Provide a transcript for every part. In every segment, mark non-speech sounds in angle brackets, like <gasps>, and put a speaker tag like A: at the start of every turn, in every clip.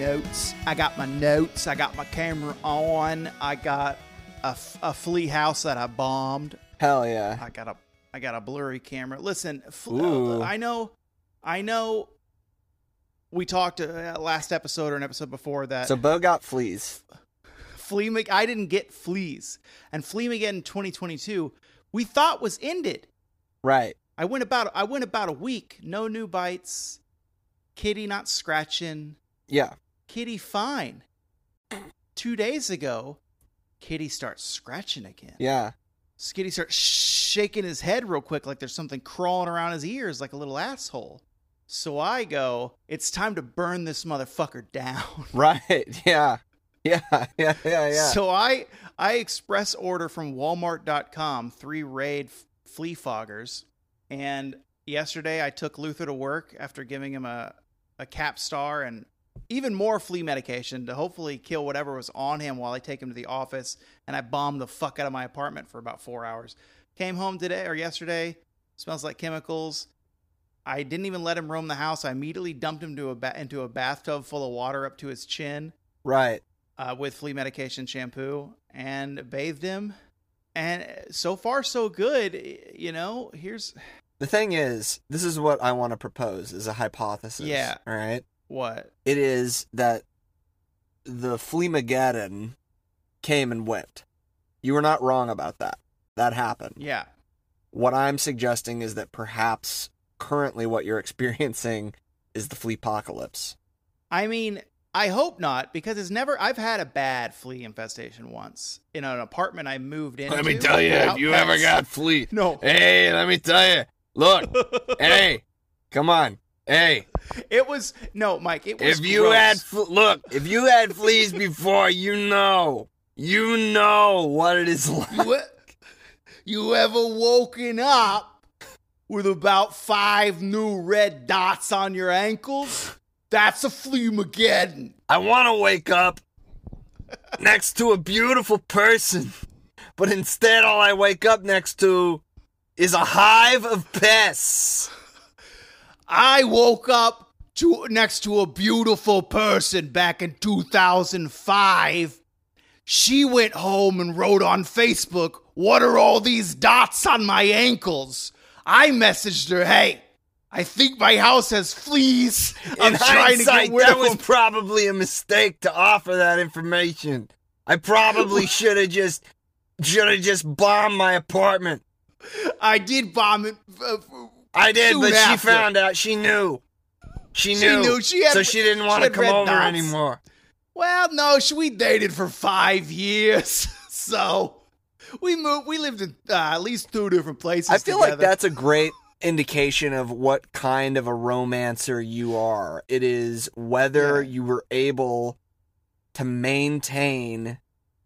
A: I got my notes. I got my camera on. I got a, f- a flea house that I bombed.
B: Hell yeah.
A: I got a I got a blurry camera. Listen, fl-
B: Ooh.
A: uh, I know, I know. We talked uh, last episode or an episode before that
B: So Bo got fleas.
A: flea. Mag- I didn't get fleas, and flea again 2022. We thought was ended.
B: Right.
A: I went about I went about a week. No new bites. Kitty not scratching.
B: Yeah.
A: Kitty fine. Two days ago, Kitty starts scratching again.
B: Yeah. <laughs>
A: Skitty starts shaking his head real quick, like there's something crawling around his ears, like a little asshole. So I go, it's time to burn this motherfucker down.
B: Right. Yeah. Yeah. Yeah. Yeah. Yeah.
A: So I I express order from Walmart.com three raid f- flea foggers, and yesterday I took Luther to work after giving him a a cap star and even more flea medication to hopefully kill whatever was on him while I take him to the office. And I bombed the fuck out of my apartment for about four hours. Came home today or yesterday, smells like chemicals. I didn't even let him roam the house. I immediately dumped him to a ba- into a bathtub full of water up to his chin
B: right.
A: uh, with flea medication shampoo and bathed him. And so far, so good. You know, here's
B: The thing is, this is what I want to propose as a hypothesis.
A: Yeah.
B: All right.
A: what.
B: It is that the Fleemageddon came and went. You were not wrong about that. That happened.
A: Yeah.
B: What I'm suggesting is that perhaps currently what you're <laughs> experiencing is the Fleapocalypse.
A: I mean, I hope not because it's never, I've had a bad flea infestation once in an apartment I moved into.
C: Let me tell you, if
A: without
C: you
A: pets.
C: ever got flea, <laughs>
A: No. <laughs>
C: hey, let me tell you. Look, hey,
B: Come on.
C: hey,
A: It was, no, Mike, it was.
C: if you
A: gross.
C: had fl- look, if you had fleas before, you know, you know
B: What it is like.
A: you, e-, you ever woken up with about five new red dots on your ankles? That's a flea mageddon.
C: I want to wake up next to a beautiful person, but instead, all I wake up next to is a hive of pests.
A: I woke up to next to a beautiful person back in 2005. She went home and wrote on Facebook, "What are all these dots on my ankles?" I messaged her, "Hey, I think my house has fleas. I'm
C: In
A: trying to
C: hindsight,
A: get rid
C: that
A: of
C: was
A: them."
C: probably a mistake to offer that information. I
A: <laughs>
C: probably should have just should have just bombed my apartment.
A: I did bomb it. uh,
C: I did,
A: Soon
C: but
A: after.
C: she found out. She knew. She
A: She
C: knew.
A: knew. She had-
C: so she didn't
A: she
C: want to
A: had
C: come
A: red
C: over
A: dots.
C: anymore.
A: Well, no, sh- we dated for five years, <laughs> so we moved. We lived in uh, at least two different places.
B: I feel like
A: together.
B: that's a great indication of what kind of a romancer you are. It is whether
A: Yeah.
B: you were able to maintain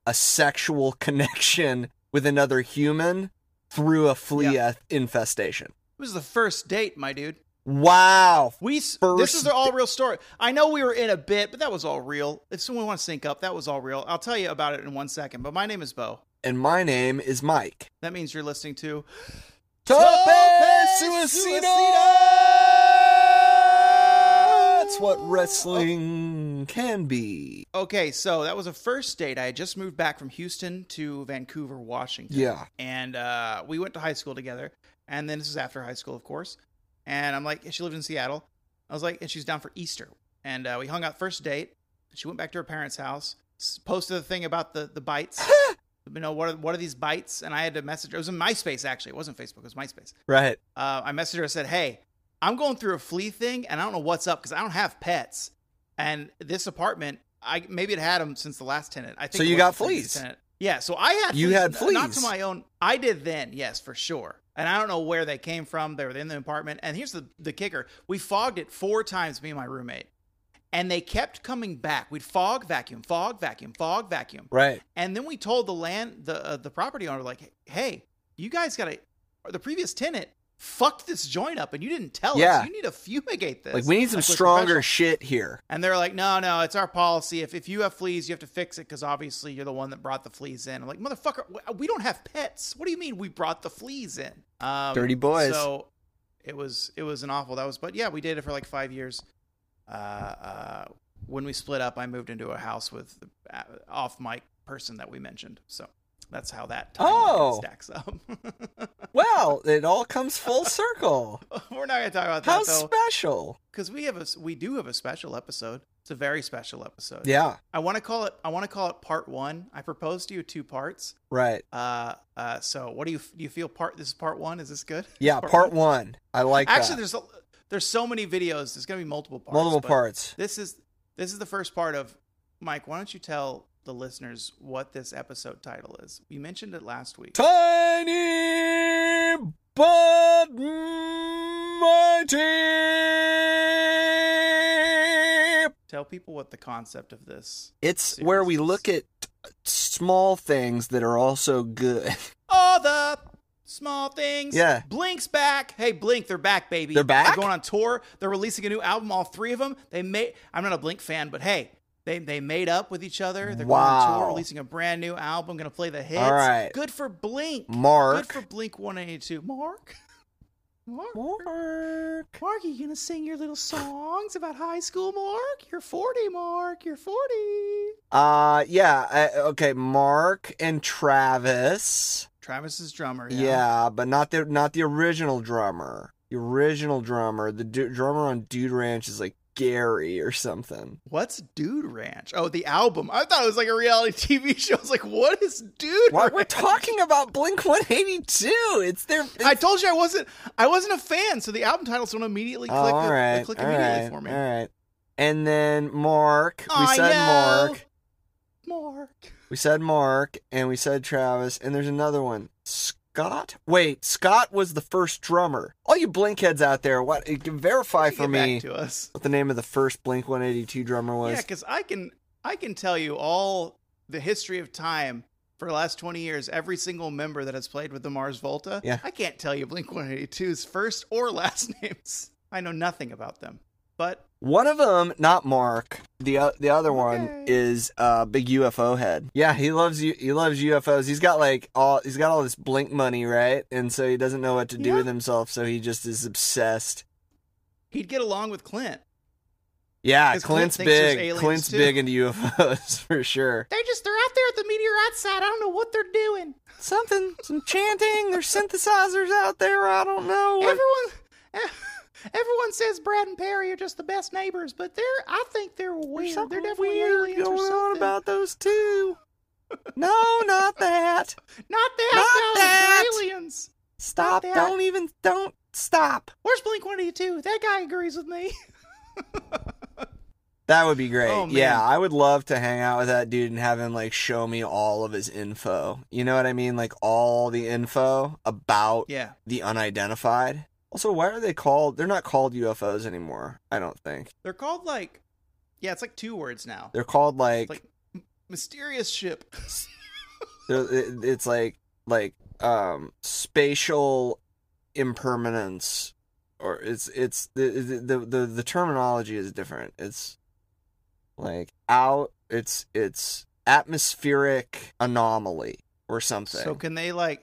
B: a sexual <laughs> connection with another human through a flea infestation.
A: It was the first date, my dude.
B: Wow.
A: We s this
B: First
A: is all real story. I know we were in a bit, but that was all real. If someone wants to sync up, that was all real. I'll tell you about it in one second. But my name is Bo.
B: And my name is Mike.
A: That means you're listening to
B: Tope
A: Suicida!
B: That's what
A: Oh.
B: wrestling can be.
A: Okay, so that was a first date. I had just moved back from Houston to Vancouver, Washington.
B: Yeah.
A: and uh, we went to high school together. And then this is after high school, of course. And I'm like, she lived in Seattle. I was like, and she's down for Easter. And uh, we hung out first date. She went back to her parents' house, s- posted the thing about the the bites. you know, what are what are these bites? And I had to message her. It was in MySpace actually. It wasn't Facebook. It was MySpace.
B: Right.
A: Uh, I messaged her. I said, hey, I'm going through a flea thing, and I don't know what's up because I don't have pets. And this apartment, I maybe it had them since the last tenant. I think
B: So
A: it
B: you
A: was
B: got
A: the previous
B: fleas.
A: tenant. Yeah, so I had
B: You had
A: n- not to
B: fleas.
A: my own. I did then, yes, for sure. And I don't know where they came from. They were in the apartment. And here's the the kicker: we fogged it four times, me and my roommate, and they kept coming back. We'd fog vacuum, fog vacuum, fog vacuum.
B: Right.
A: And then we told the land, the uh, the property owner, like, hey, you guys got to, the previous tenant fucked this joint up, and you didn't tell
B: Yeah.
A: us. You need to fumigate this.
B: Like we need some
A: Like, we're
B: stronger
A: professional.
B: shit here.
A: and they're like, no, no, it's our policy. If if you have fleas, you have to fix it because obviously you're the one that brought the fleas in. I'm like, motherfucker, w- we don't have pets. What do you mean we brought the fleas in? Um,
B: Dirty boys.
A: So it was it was an awful. That was, but yeah, we dated for like five years. Uh, uh, when we split up, I moved into a house with the uh, off mic person that we mentioned. So that's how that timeline
B: Oh.
A: stacks up. <laughs>
B: Well, it all comes
A: <laughs>
B: full circle.
A: We're not gonna talk about
B: How
A: that though,
B: special.
A: because we have a s- we do have a special episode. It's a very special episode.
B: Yeah,
A: I want to call it. I want to call it part one. I proposed to you two parts.
B: right.
A: Uh, uh. So, what do you f- do? You feel part? This is part one. Is this good?
B: Yeah,
A: Part
B: part one. I like
A: Actually,
B: that.
A: there's a, there's so many videos. There's gonna be multiple parts.
B: Multiple
A: but
B: parts.
A: This is this is the first part of Mike. Why don't you tell the listeners what this episode title is? You mentioned it last week.
B: Tiny but mighty.
A: Tell people what the concept of this.
B: It's
A: Series.
B: where we look at small things that are also good. <laughs>
A: All the small things.
B: Yeah.
A: Blink's back. Hey, Blink, they're back, baby.
B: They're back?
A: They're going on tour. They're releasing a new album. All three of them. They made. I'm not a Blink fan, but hey. They, they made up with each other. They're going on
B: Wow.
A: tour, releasing a brand new album, going to play the hits.
B: All right.
A: Good for Blink. Good
B: Mark.
A: for Blink 182. Mark? <laughs> Mark?
B: Mark.
A: Mark, you gonna sing your little songs about high school, Mark? You're 40, Mark. You're 40.
B: Uh yeah, I, okay, Mark and Travis.
A: Travis's drummer.
B: Yeah. but not the not the original drummer. The original drummer, the du- drummer on Dude Ranch is like Gary or
A: <laughs>
B: something.
A: What's Dude Ranch? Oh, the album. I thought it was like a reality <laughs> TV show. I was like, what is Dude
B: Why
A: Ranch?
B: we're talking about Blink 182. It's their
A: I told you I wasn't. I wasn't a fan, so the album titles don't immediately click.
B: oh, all
A: they
B: right,
A: click
B: all
A: immediately
B: right,
A: for me.
B: All right. And then Mark, we
A: Aw,
B: said
A: yo.
B: Mark.
A: Mark.
B: We said Mark and we said Travis, and there's another one. Scott? Wait, Scott was the first drummer. All you Blinkheads out there, what you can verify
A: You
B: for
A: get back
B: me
A: to us.
B: what the name of the first Blink 182 drummer
A: Yeah,
B: was.
A: because I can I can tell you all the history of time for the last twenty years. Every single member that has played with the Mars Volta.
B: Yeah.
A: I can't tell you Blink 182's first or <laughs> last names. I know nothing about them. But
B: One of them, not Mark. The o- the other one
A: Okay.
B: is uh big UFO head. Yeah, he loves you. He loves UFOs. He's got like all he's got all this blink money, right? And so he doesn't know what to do
A: Yeah.
B: with himself, so he just is obsessed.
A: he'd get along with Clint.
B: Yeah,
A: 'Cause Clint
B: Clint's
A: thinks there's
B: big.
A: aliens,
B: Clint's
A: too.
B: big into UFOs <laughs> for sure.
A: They're just they're out there at the meteor outside. I don't know what they're <laughs> doing.
B: Something, some chanting. There's synthesizers out there. I don't know. what-
A: Everyone. <laughs> Everyone says Brad and Perry are just the best neighbors, but they're I think they're
B: There's
A: weird.
B: something
A: They're definitely
B: weird
A: aliens
B: going
A: or
B: on
A: something.
B: about those two. No, not that.
A: Not that,
B: Not
A: no, they're
B: that.
A: aliens.
B: Stop.
A: that.
B: Don't even. Don't stop.
A: Where's Blink 182? That guy agrees with me. <laughs>
B: That would be great.
A: Oh, man.
B: yeah, I would love to hang out with that dude and have him like show me all of his info. You know what I mean? Like all the info about
A: Yeah.
B: the unidentified. Also, why are they called? They're not called UFOs anymore. I don't think
A: They're called like Yeah, it's like two words now.
B: they're called like,
A: like- Mysterious ship.
B: they're, it- it's like like um spatial impermanence, or it's it's the the the, the terminology is different. It's like out. It's it's atmospheric anomaly or something.
A: So can they like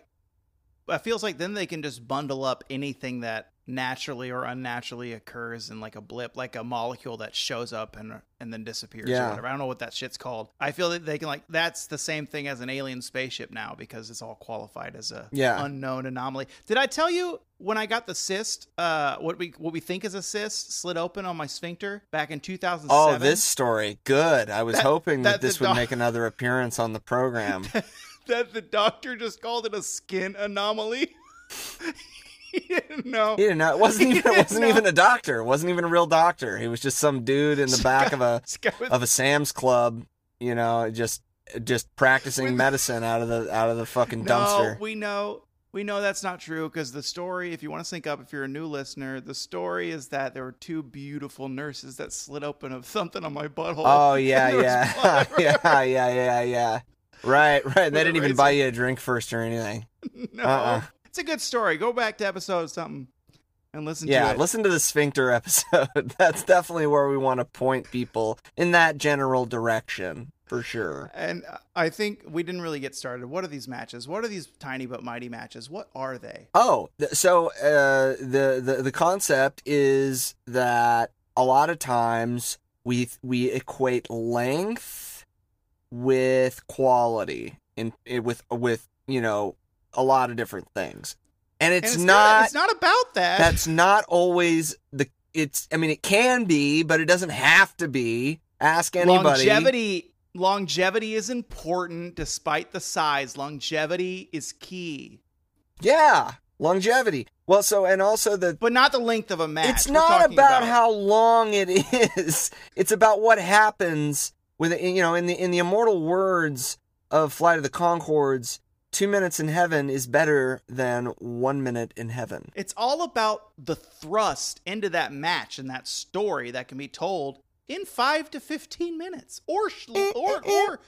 A: it feels like then they can just bundle up anything that naturally or unnaturally occurs in like a blip, like a molecule that shows up and and then disappears
B: Yeah.
A: or whatever. I don't know what that shit's called. I feel that they can like that's the same thing as an alien spaceship now because it's all qualified as a
B: Yeah.
A: unknown anomaly. Did I tell you when I got the cyst, uh what we what we think is a cyst slid open on my sphincter back in 2007?
B: Oh, this story. Good. I was
A: That-
B: hoping that,
A: that the
B: this would
A: dog-
B: make another appearance on
A: <laughs>
B: the program.
A: that the doctor just called it a skin anomaly. <laughs> he didn't know.
B: He didn't know.
A: <laughs>
B: It wasn't even. It
A: didn't
B: wasn't
A: know.
B: even a doctor. It wasn't even a real doctor. He was just some
A: <laughs>
B: dude in the back of a
A: This guy was-
B: of a Sam's Club. You know, just just
A: With-
B: practicing medicine out of the out of the fucking
A: no,
B: dumpster.
A: we know. We know that's not true because the story, if you want to sync up, if you're a new listener, the story is that there were two beautiful nurses that slid open of something on my butthole. <laughs>
B: Oh yeah,
A: And there was
B: yeah,
A: blood
B: <laughs> yeah, yeah, yeah, yeah. Right, right. They
A: a
B: didn't even
A: razor.
B: buy you a drink first or anything.
A: <laughs> no,
B: Uh-uh.
A: it's a good story. Go back to episode something and listen
B: yeah,
A: to it.
B: listen to the sphincter episode. <laughs> That's definitely where we want to point people in that general direction for sure.
A: And I think we didn't really get started. What are these matches? What are these tiny but mighty matches? What are they?
B: Oh, th- so uh, the, the the concept is that a lot of times we we equate length with quality and and with with you know a lot of different things and
A: And
B: it's,
A: not,
B: not,
A: it's not about that.
B: that's not always the it's i mean it can be but it doesn't have to be ask anybody
A: Longevity longevity is important despite the size. Longevity is key.
B: yeah longevity well so and also the
A: But not the length of a match.
B: It's
A: We're
B: not about,
A: talking
B: how long it <laughs> is. It's about what happens with you know in the in the immortal words of Flight of the Concords, 2 minutes in heaven is better than 1 minute in heaven.
A: It's all about the thrust into that match and that story that can be told in five to fifteen minutes, or sh- or
B: <laughs>
A: or.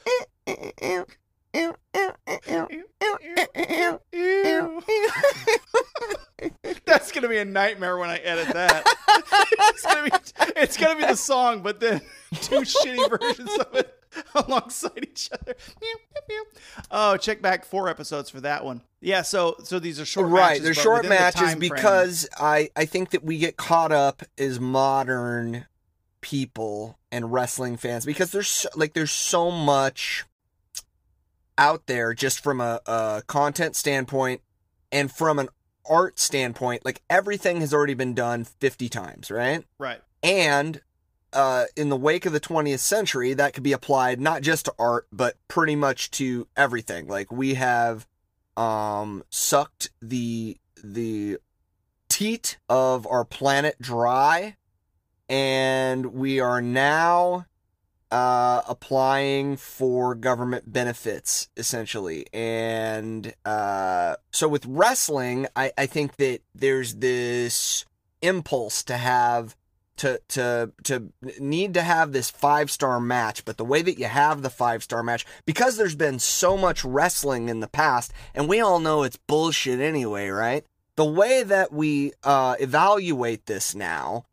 A: <laughs> <laughs> That's gonna be a nightmare when I edit that. <laughs> it's gonna be it's gonna be the song, but then <laughs> two shitty versions of it <laughs> alongside each other. Meow, meow, meow. Oh, check back four episodes for that one. Yeah, so so these are short
B: Right,
A: matches,
B: they're
A: but
B: short
A: within the
B: matches
A: time frame.
B: because I I think that we get caught up as modern people and wrestling fans because there's so, like there's so much out there just from a, a content standpoint and from an art standpoint. Like everything has already been done 50 times, right?
A: right.
B: And uh, in the wake of the 20th century, that could be applied not just to art, but pretty much to everything. Like we have um, sucked the the teat of our planet dry, and we are now uh, applying for government benefits essentially. And uh, so with wrestling, I, I think that there's this impulse to have to to to need to have this five star match, but the way that you have the five star match, because there's been so much wrestling in the past, and we all know it's bullshit anyway, right? The way that we uh, evaluate this now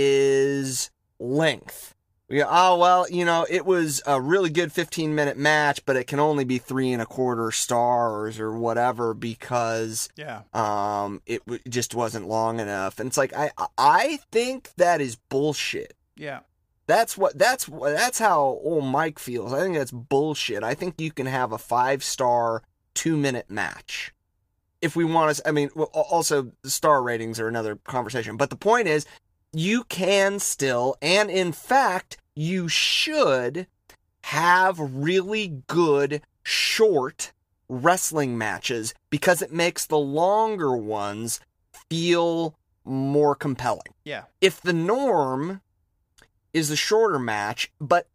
B: is length. We go, oh well, you know, it was a really good 15 minute match, but it can only be three and a quarter stars or whatever because
A: Yeah.
B: um it w- just wasn't long enough and it's like i i think that is bullshit
A: Yeah.
B: that's what that's wh- that's how old mike feels i think that's bullshit i think you can have a five star two minute match if we want to i mean well, al- also star ratings are another conversation but the point is you can still and in fact you should have really good short wrestling matches because it makes the longer ones feel more compelling.
A: Yeah.
B: If the norm is the shorter match, but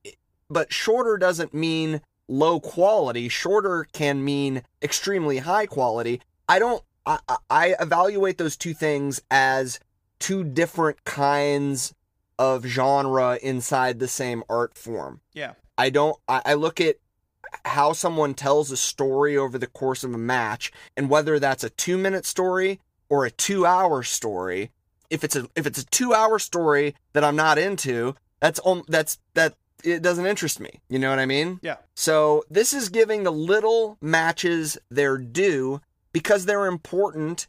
B: but shorter doesn't mean low quality. Shorter can mean extremely high quality. I don't I, I- I evaluate those two things as two different kinds of genre inside the same art form.
A: Yeah.
B: I don't. I, I look at how someone tells a story over the course of a match, and whether that's a two-minute story or a two-hour story. If it's a if it's a two-hour story that I'm not into, that's um, that's that it doesn't interest me. You know what I mean?
A: Yeah.
B: So this is giving the little matches their due because they're important,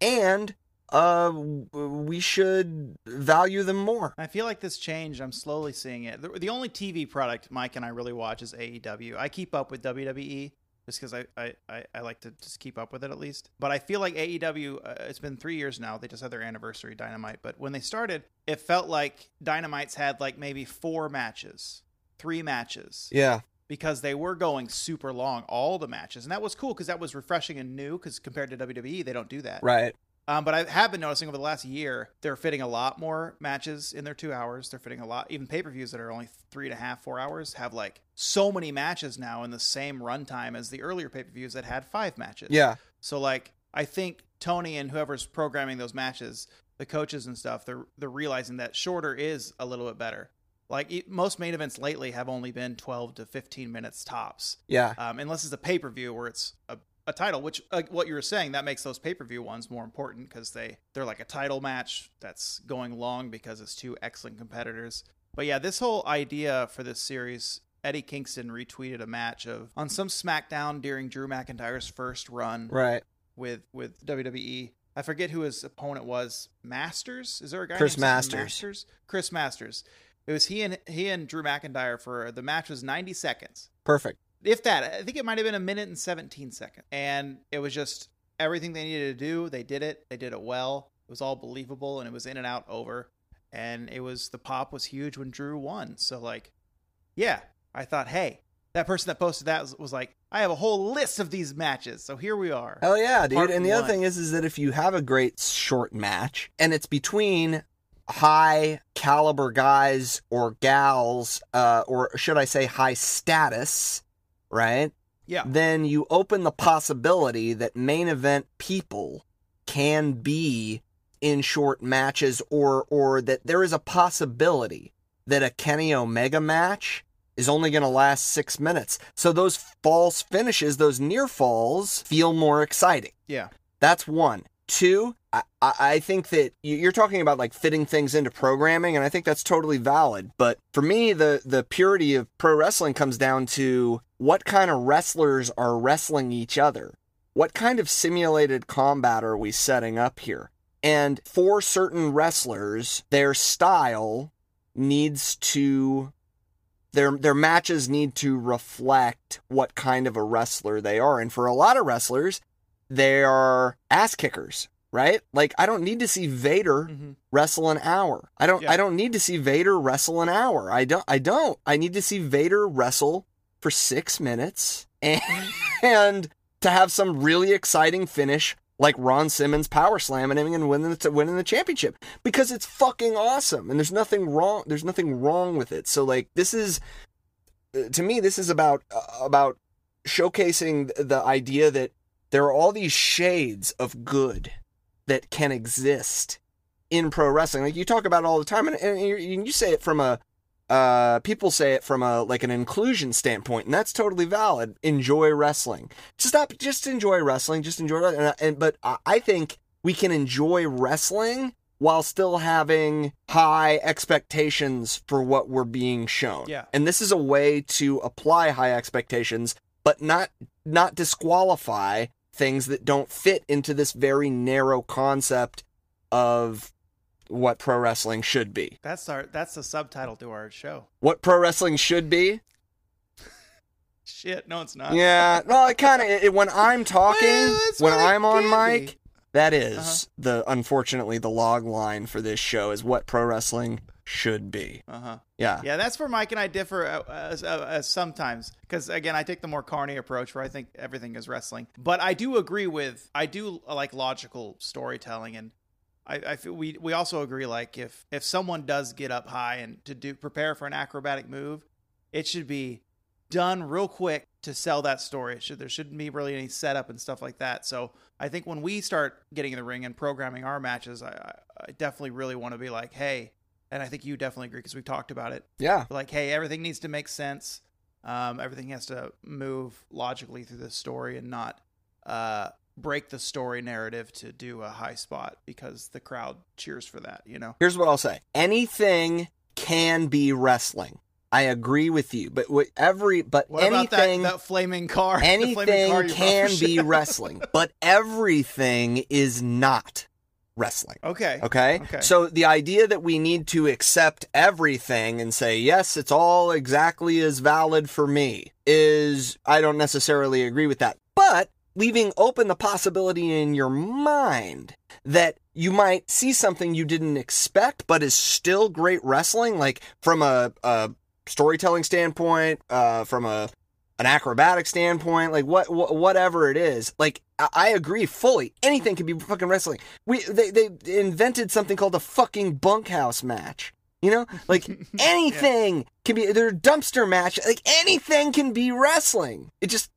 B: and uh, w- we should value them more.
A: I feel like this change. I'm slowly seeing it. The, the only TV product Mike and I really watch is AEW. I keep up with WWE just because I, I, I, I like to just keep up with it at least. But I feel like AEW, uh, it's been three years now. They just had their anniversary, Dynamite. But when they started, it felt like Dynamite's had like maybe four matches, three matches
B: Yeah.
A: because they were going super long, all the matches. And that was cool because that was refreshing and new because compared to WWE, they don't do that.
B: Right.
A: Um, but I have been noticing over the last year, they're fitting a lot more matches in their two hours. They're fitting a lot, even pay per views that are only three and a half, four hours, have like so many matches now in the same runtime as the earlier pay per views that had five matches.
B: Yeah.
A: So like, I think Tony and whoever's programming those matches, the coaches and stuff, they're they're realizing that shorter is a little bit better. Like e- most main events lately have only been twelve to fifteen minutes tops
B: Yeah.
A: um, unless it's a pay per view where it's a, a title. Which, like what you were saying, that makes those pay per view ones more important because they they're like a title match that's going long because it's two excellent competitors. But yeah, this whole idea for this series, Eddie Kingston retweeted a match of on some SmackDown during Drew McIntyre's first run
B: Right.
A: with with WWE. I forget who his opponent was. Masters? Is there a guy?
B: Chris
A: named something
B: Masters.
A: Masters. Chris Masters. It was he and he and Drew McIntyre for the match was 90 seconds.
B: Perfect.
A: If that, I think it might have been a minute and 17 seconds. And it was just everything they needed to do. They did it. They did it well. It was all believable and it was in and out over. And it was the pop was huge when Drew won. So like, yeah, I thought, hey, that person that posted that was, was like, I have a whole list of these matches. So here we are.
B: Hell yeah, dude.
A: Part
B: and the other
A: one.
B: thing is, is that if you have a great short match and it's between high caliber guys or gals, uh, or should I say high status, right?
A: Yeah.
B: Then you open the possibility that main event people can be in short matches or, or that there is a possibility that a Kenny Omega match is only going to last six minutes. So those false finishes, those near falls feel more exciting.
A: Yeah.
B: That's one. Two, I, I I think that you- you're talking about like fitting things into programming, and I think that's totally valid. But for me, the, the purity of pro wrestling comes down to what kind of wrestlers are wrestling each other. What kind of simulated combat are we setting up here? And for certain wrestlers, their style needs to their their matches need to reflect what kind of a wrestler they are. And for a lot of wrestlers, they are ass kickers, right? Like I don't need to see Vader
A: Mhm.
B: wrestle an hour. I don't
A: Yeah.
B: I don't need to see Vader wrestle an hour. I don't I don't. I need to see Vader wrestle for 6 minutes <laughs> and, and to have some really exciting finish like Ron Simmons power slamming him and winning the, winning the championship because it's fucking awesome and there's nothing wrong there's nothing wrong with it. So like this is uh, to me this is about uh, about showcasing th- the idea that there are all these shades of good that can exist in pro wrestling. Like you talk about it all the time, and, and you, you say it from a uh, people say it from a like an inclusion standpoint, and that's totally valid. Enjoy wrestling. Just not just enjoy wrestling. Just enjoy it. And, I- and but I, I think we can enjoy wrestling while still having high expectations for what we're being shown.
A: Yeah.
B: And this is a way to apply high expectations, but not not disqualify things that don't fit into this very narrow concept of what pro wrestling should be.
A: That's our that's the subtitle to our show.
B: What pro wrestling should be?
A: Shit, no, it's not.
B: Yeah, no, it kind of it, when I'm talking,
A: Well, that's
B: when
A: what it
B: I'm on
A: can
B: mic,
A: be.
B: that is
A: Uh-huh.
B: the unfortunately the log line for this show is what pro wrestling should be.
A: Uh huh.
B: Yeah.
A: Yeah, that's where Mike and I differ uh, uh, uh, uh, sometimes because again, I take the more carny approach where I think everything is wrestling. But I do agree with I do uh, like logical storytelling, and I, I feel we we also agree like if if someone does get up high and to do prepare for an acrobatic move, it should be done real quick to sell that story. It should there shouldn't be really any setup and stuff like that. So I think when we start getting in the ring and programming our matches, I, I, I definitely really want to be like, hey. And I think you definitely agree because we've talked about it
B: Yeah.
A: like hey everything needs to make sense um, everything has to move logically through the story and not uh, break the story narrative to do a high spot because the crowd cheers for that you know
B: Here's what I'll say. Anything can be wrestling. I agree with you, but what every but
A: what
B: anything
A: about that, <laughs> that flaming car The flaming car
B: anything
A: you
B: can
A: brought? <laughs>
B: be wrestling, but everything is not wrestling.
A: okay
B: Okay?
A: Okay.
B: So the idea that we need to accept everything and say, yes, it's all exactly as valid for me is, I don't necessarily agree with that. But leaving open the possibility in your mind that you might see something you didn't expect, but is still great wrestling, like from a, a storytelling standpoint, uh, from a an acrobatic standpoint, like what, wh- whatever it is, like I, I agree fully. Anything can be fucking wrestling. We they they invented something called the fucking bunkhouse match.
A: <laughs>
B: You know, like anything can be. Their dumpster match, like anything can be wrestling. It just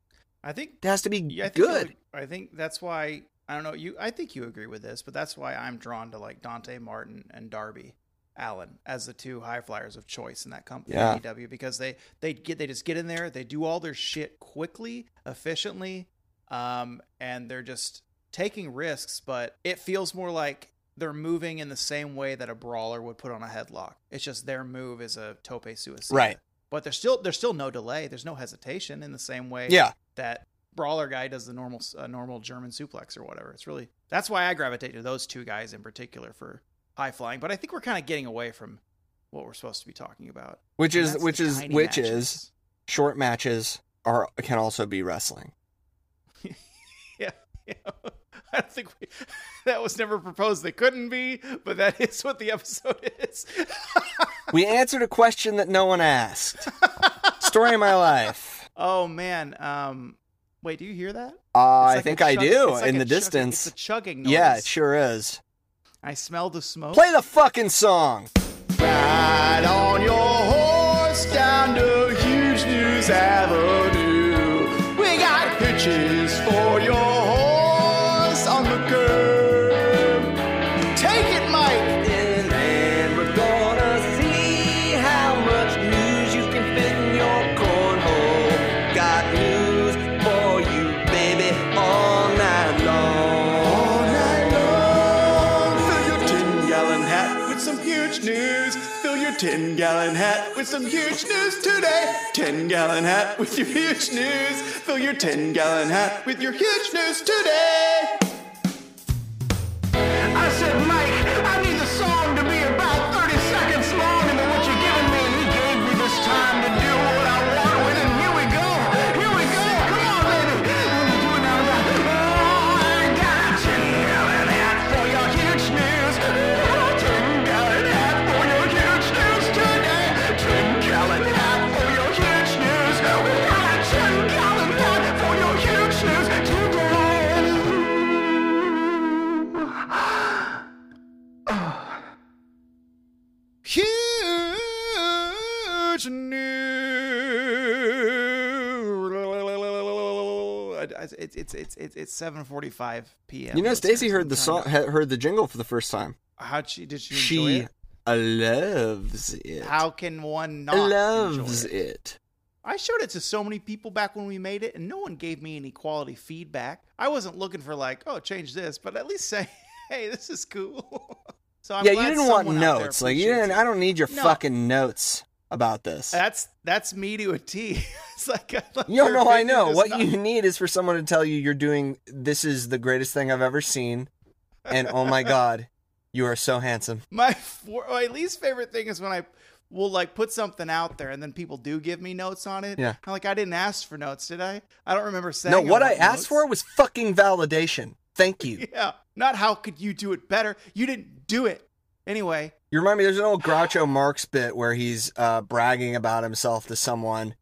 A: i think
B: has to be
A: yeah, I think
B: good.
A: you'll- i think that's why i don't know you i think you agree with this but that's why i'm drawn to like dante martin and darby Allen as the two high flyers of choice in that company
B: Yeah.
A: AEW because they they get they just get in there they do all their shit quickly efficiently um and they're just taking risks but it feels more like they're moving in the same way that a brawler would put on a headlock it's just their move is a tope suicide
B: Right.
A: but there's still there's still no delay there's no hesitation in the same way
B: Yeah.
A: that brawler guy does the normal uh, normal German suplex or whatever. It's really that's why I gravitate to those two guys in particular for high flying. But I think we're kind of getting away from what we're supposed to be talking about.
B: which
A: And
B: is
A: that's
B: which
A: the
B: is
A: tiny
B: which
A: matches. <laughs>
B: is short matches are can also be wrestling.
A: Yeah. I don't think we, <laughs> that was never proposed. They couldn't be, but that is what the episode <laughs> is.
B: we answered a question that no one
A: <laughs>
B: asked. Story of my life.
A: oh man, um, wait, do you hear that? It's
B: Uh, I
A: like
B: think
A: a
B: I
A: chug-
B: do
A: it's like
B: in
A: a
B: the
A: chugging-
B: distance.
A: It's a chugging noise.
B: yeah, it sure is.
A: I smell the smoke.
B: Play the fucking song.
A: Ride on your horse down to Huge News Avenue. We got pitches for your horse on the curb. Take it, Mike.
C: And we're gonna see how much news you can fit in your cornhole. Got news for you, baby, all night long. All night long.
A: Fill your 10 gallon hat with some huge news. Fill your 10 gallon hat with some huge news today. 10 gallon hat with your huge news. Fill your 10 gallon hat with your huge news today.
D: I said, Mike, I need the song to be about 30 seconds longer than what you're giving me. He gave me this time to do what I want with it. Here we go. Here we go. Come on, baby. Let's do it now. Oh, I got a tin gallon hat for your huge news. Oh, tin gallon hat for your huge news today. Tin gallon hat for your huge news. We got a tin gallon hat for your huge news today.
A: huge news. It's it's it's it's, it's seven forty five p.m.
B: You know,
A: listeners.
B: Stacy heard
A: I'm
B: the
A: trying
B: song,
A: to-
B: he- heard the jingle for the first time.
A: How she did she enjoy
B: She
A: it?
B: loves it.
A: How can one not
B: loves
A: enjoy it?
B: it.
A: I showed it to so many people back when we made it, and no one gave me any quality feedback. I wasn't looking for like, oh, change this, but at least say, <laughs> hey, this is cool. <laughs> so I'm
B: yeah,
A: glad
B: you didn't want
A: someone out there
B: notes. Like you
A: appreciates
B: didn't.
A: it.
B: I don't need your
A: No.
B: fucking notes about this.
A: That's that's me to a T. <laughs> it's like I love
B: You don't
A: your
B: know I
A: opinion,
B: know.
A: just
B: What
A: not-
B: you need is for someone to tell you you're doing this is the greatest thing I've ever seen. And oh my god, you are so handsome.
A: <laughs> my four, my least favorite thing is when I will like put something out there and then people do give me notes on it.
B: Yeah.
A: I'm like I didn't ask for notes, did I? I don't remember saying.
B: No, what I
A: want
B: asked for
A: notes.
B: was fucking validation. Thank you.
A: <laughs> Yeah, not how could you do it better? You didn't do it anyway.
B: You remind me there's an old Groucho Marx bit where he's uh, bragging about himself to someone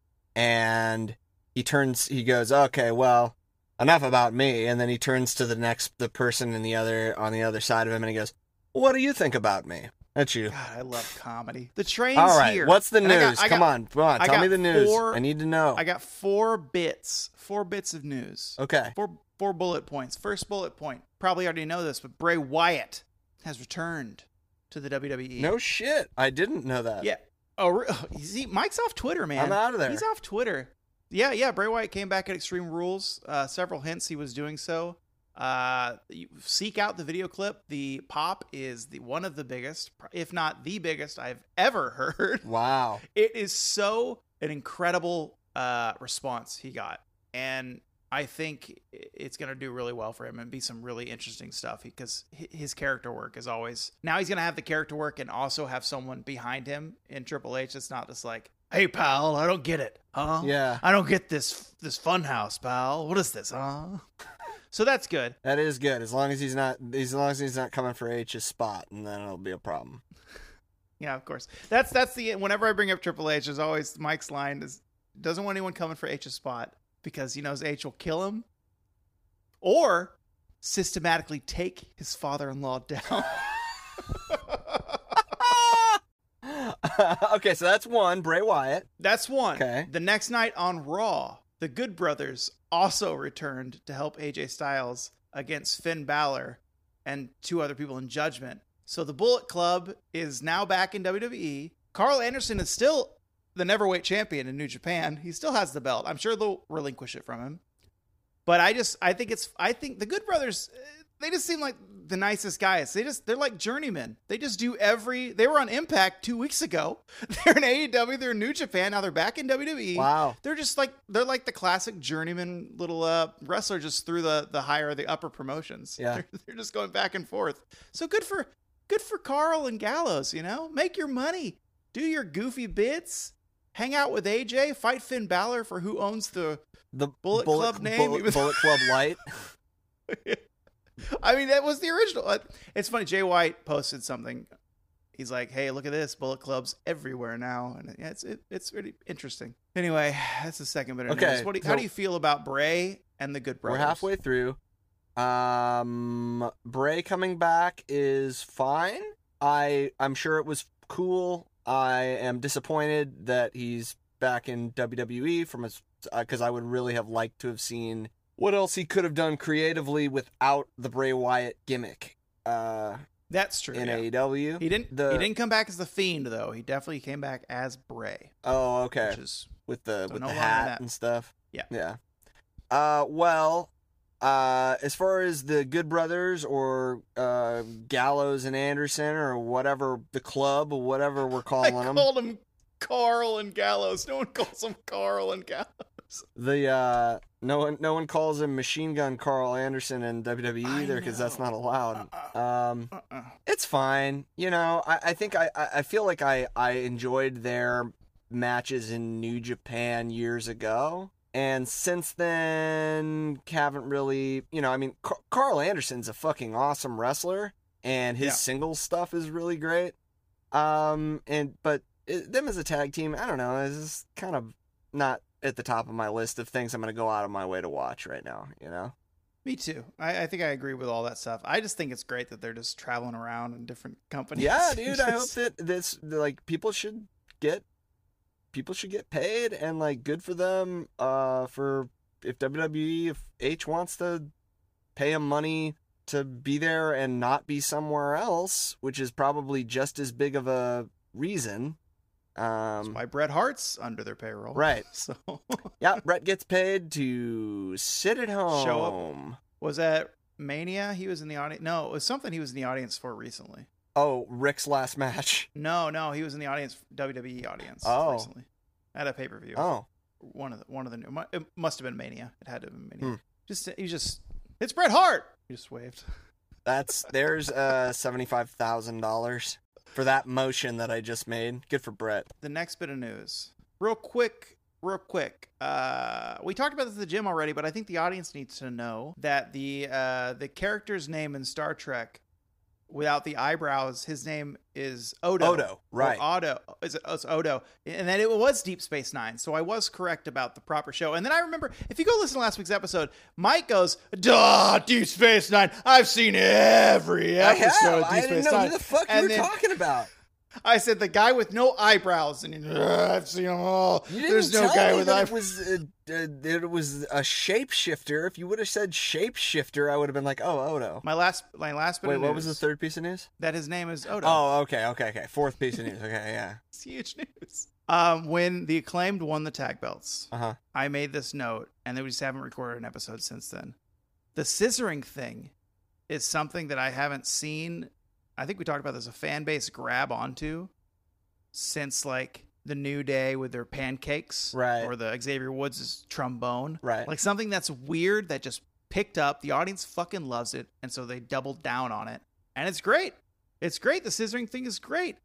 B: and he turns he goes, "Okay, well, enough about me." And then he turns to the next the person in the other on the other side of him and he goes, "What do you think about me?" That's you.
A: God, I love comedy. The train's
B: All right,
A: here.
B: what's the
A: And I
B: news?
A: got- I
B: come
A: got-
B: on, come on,
A: I
B: tell me
A: got
B: the news.
A: four-
B: I need to know.
A: I got four bits, four bits of news.
B: okay,
A: Four four bullet points. First bullet point. Probably already know this, but Bray Wyatt has returned to the WWE.
B: no shit, I didn't know that.
A: Yeah. Oh, re- <laughs> see, Mike's off Twitter, man.
B: I'm outta there.
A: He's off Twitter. Yeah, yeah. Bray Wyatt came back at Extreme Rules. Uh, several hints he was doing so. Uh, you seek out the video clip. The pop is the one of the biggest, if not the biggest, I've ever <laughs> heard.
B: Wow.
A: It is so an incredible uh, response he got, and I think it's going to do really well for him and be some really interesting stuff because hi- his character work is always now he's going to have the character work and also have someone behind him in Triple H that's not just like, "Hey pal, I don't get it, huh?
B: Yeah.
A: I don't get this this funhouse, pal. What is this, huh?" <laughs> so that's good.
B: That is good. As long as he's not, as long as he's not coming for H's spot, and then it'll be a problem. <laughs>
A: Yeah, of course. That's that's the whenever I bring up Triple H, there's always Mike's line is doesn't want anyone coming for H's spot because he knows H will kill him or systematically take his father-in-law down.
B: okay, so that's one. Bray Wyatt.
A: That's one.
B: Okay.
A: The next night on Raw, the Good Brothers also returned to help AJ Styles against Finn Balor and two other people in Judgment. So the Bullet Club is now back in WWE. Carl Anderson is still the Neverweight champion in New Japan. He still has the belt. I'm sure they'll relinquish it from him. But I just I think it's I think the Good Brothers eh, they just seem like the nicest guys. They just they're like journeymen. They just do every they were on Impact 2 weeks ago. <laughs> They're in AEW, they're in New Japan, now they're back in E. WWE.
B: Wow.
A: They're just like they're like the classic journeyman little uh, wrestler just through the the higher the upper promotions. <laughs>
B: Yeah.
A: They're, they're just going back and forth. So good for good for Carl and Gallows, you know? Make your money. do your goofy bits, hang out with AJ, fight Finn Balor for who owns the.
B: The
A: Bullet Club name?
B: Bullet,
A: It was- <laughs>
B: Bullet Club Light.
A: I mean, that was the original. Uh, It's funny. Jay White posted something. He's like, "Hey, look at this! Bullet Club's everywhere now," and yeah, it's it, it's really interesting. Anyway, that's the second bit. Of
B: Okay,
A: news. What do you, how
B: so-
A: do you feel about Bray and the Good Brothers?
B: We're halfway through. Um, Bray coming back is fine. I I'm sure it was cool. I am disappointed that he's back in WWE from his because I would really have liked to have seen what else he could have done creatively without the Bray Wyatt gimmick uh,
A: That's true.
B: in E
A: yeah.
B: AEW.
A: He didn't.
B: the-
A: he didn't come back as the Fiend though. He definitely came back as Bray,
B: oh, okay.
A: which is
B: with the
A: So
B: with
A: no
B: the
A: longer
B: hat
A: that.
B: and stuff.
A: Yeah.
B: Yeah. Uh well, uh as far as the Good Brothers or uh Gallows and Anderson or whatever the club or whatever
A: <laughs>
B: we're
A: I
B: calling them,
A: called him Carl and Gallows. No one calls him Carl and Gallows.
B: the uh no one no one calls him Machine Gun Carl Anderson in WWE
A: I
B: either cuz that's
A: know.
B: not allowed.
A: Uh-uh.
B: Um
A: Uh-uh.
B: it's fine. You know, I, I think I, I I feel like I, I enjoyed their matches in New Japan years ago. And since then, haven't really, you know, I mean, Car- Carl Anderson's a fucking awesome wrestler, and his
A: Yeah.
B: singles stuff is really great. Um, and but it, them as a tag team, I don't know, is just kind of not at the top of my list of things I'm going to go out of my way to watch right now. You know,
A: Me too. I, I think I agree with all that stuff. I just think it's great that they're just traveling around in different <laughs> companies.
B: Yeah,
A: and
B: dude.
A: <laughs>
B: I hope
A: just-
B: that this like people should get people should get paid and like good for them. Uh, for if WWE if H wants to pay them money to be there and not be somewhere else, which is probably just as big of a reason.
A: That's
B: Um,
A: why Bret Hart's under their payroll.
B: Right.
A: <laughs> So
B: yeah, Brett gets paid to sit at home.
A: up. was that Mania? He was in the audience. No, it was something he was in the audience for recently.
B: Oh, Rick's last match.
A: No, no, he was in the audience WWE audience
B: Oh.
A: recently at a pay per view.
B: Oh,
A: one of the one of the new. mu- It must have been Mania. It had to have been
B: Hmm.
A: Mania. Just he just it's Bret Hart. He just waved.
B: That's there's uh seventy five thousand dollars for that motion that I just made. Good for Brett.
A: The next bit of news, real quick, real quick. Uh, we talked about this at the gym already, but I think the audience needs to know that the uh, the character's name in Star Trek, without the eyebrows, his name is Odo.
B: Odo, right?
A: Or Otto. Is it, it's Odo. And then it was Deep Space Nine. So I was correct about the proper show. And then I remember, if you go listen to last week's episode, Mike goes, duh, Deep Space Nine. I've seen every
B: I
A: episode
B: have.
A: of Deep
B: I
A: Space
B: didn't know
A: Nine.
B: who the fuck you
A: And
B: were
A: then
B: talking about.
A: I said, the guy with no eyebrows. And he, "Ugh, I've seen them all.
B: You didn't
A: There's no
B: tell
A: guy
B: me
A: with
B: that
A: eyebrows.
B: it was uh, uh, that it was a shapeshifter. If you would have said shapeshifter, I would have been like, oh Odo.
A: My last, my last bit
B: Wait,
A: of
B: what was the
A: news,
B: third piece of news?
A: That his name is Odo.
B: Oh, okay, okay, okay. Fourth piece of news. Okay, yeah.
A: It's huge news. Um, when the acclaimed won the tag belts,
B: Uh huh.
A: I made this note, and then we just haven't recorded an episode since then. The scissoring thing is something that I haven't seen. I think we talked about this a fan base grab onto since like the New Day with their pancakes,
B: Right.
A: Or the Xavier Woods' trombone,
B: Right.
A: Like something that's weird that just picked up. The audience fucking loves it, and so they doubled down on it, and it's great. It's great. The scissoring thing is great.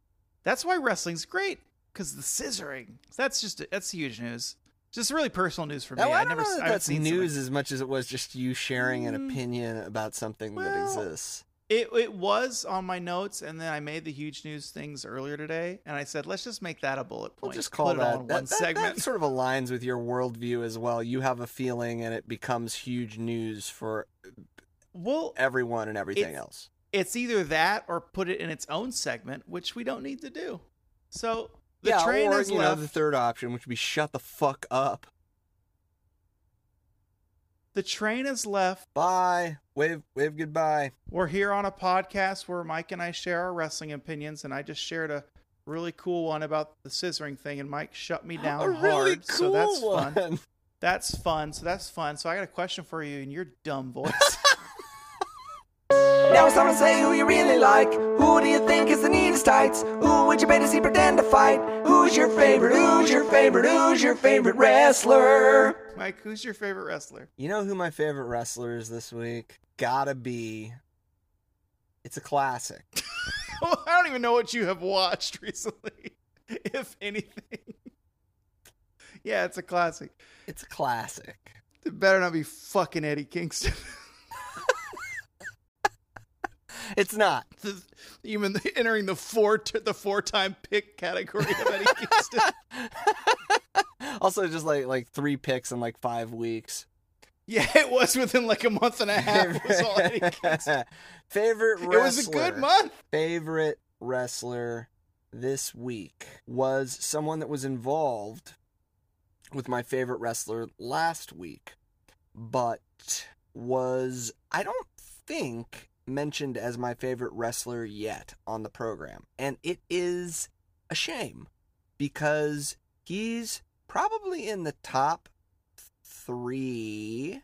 A: That's why wrestling's great because the scissoring. That's just that's huge news. Just really personal news for me.
B: Now, I
A: I
B: don't
A: never
B: know
A: I
B: that
A: haven't
B: that's
A: seen
B: news
A: news.
B: as much as it was just you sharing an
A: Mm.
B: opinion about something that
A: Well,
B: exists.
A: It it was on my notes, and then I made the huge news things earlier today, and I said let's just make that a bullet point.
B: We'll just call
A: Put it
B: that,
A: all in
B: that-
A: one
B: that- that
A: segment.
B: sort of aligns with your worldview as well. You have a feeling, and it becomes huge news for
A: well,
B: everyone and everything
A: It's-
B: else.
A: it's either that or put it in its own segment, which we don't need to do. So the
B: yeah,
A: train
B: or
A: is
B: you
A: left.
B: know the third option, which would be shut the fuck up.
A: the train is left.
B: Bye. Wave wave goodbye.
A: We're here on a podcast where Mike and I share our wrestling opinions, and I just shared a really cool one about the scissoring thing, and Mike shut me down
B: <gasps> a
A: hard.
B: Oh, really cool
A: so that's
B: one. <laughs>
A: fun. That's fun. So that's fun. So I got a question for you in your dumb
B: <laughs>
A: voice.
D: Oh.
C: Now it's time to say who you really like. Who do you think is the neatest tights? Who would you pay to see pretend to fight? Who's your favorite? Who's your favorite? Who's your favorite wrestler?
A: Mike, who's your favorite wrestler? <laughs>
B: You know who my favorite wrestler is this week? Gotta be. It's a classic.
A: I don't even know what you have watched <laughs> recently. if anything. <laughs> yeah, it's a classic.
B: It's a classic.
A: It better not be fucking Eddie Kingston. <laughs>
B: It's not. <laughs>
A: the, even the, entering the four t- the four time pick category of <laughs> Eddie Kingston.
B: also, just like like three picks in like five weeks.
A: Yeah, it was within like a month and a half. Was all <laughs>
B: <laughs>
A: Eddie Kingston.
B: Favorite
A: It
B: wrestler.
A: was a good month.
B: Favorite wrestler this week was someone that was involved with my favorite wrestler last week, but was I don't think mentioned as my favorite wrestler yet on the program, and it is a shame because he's probably in the top three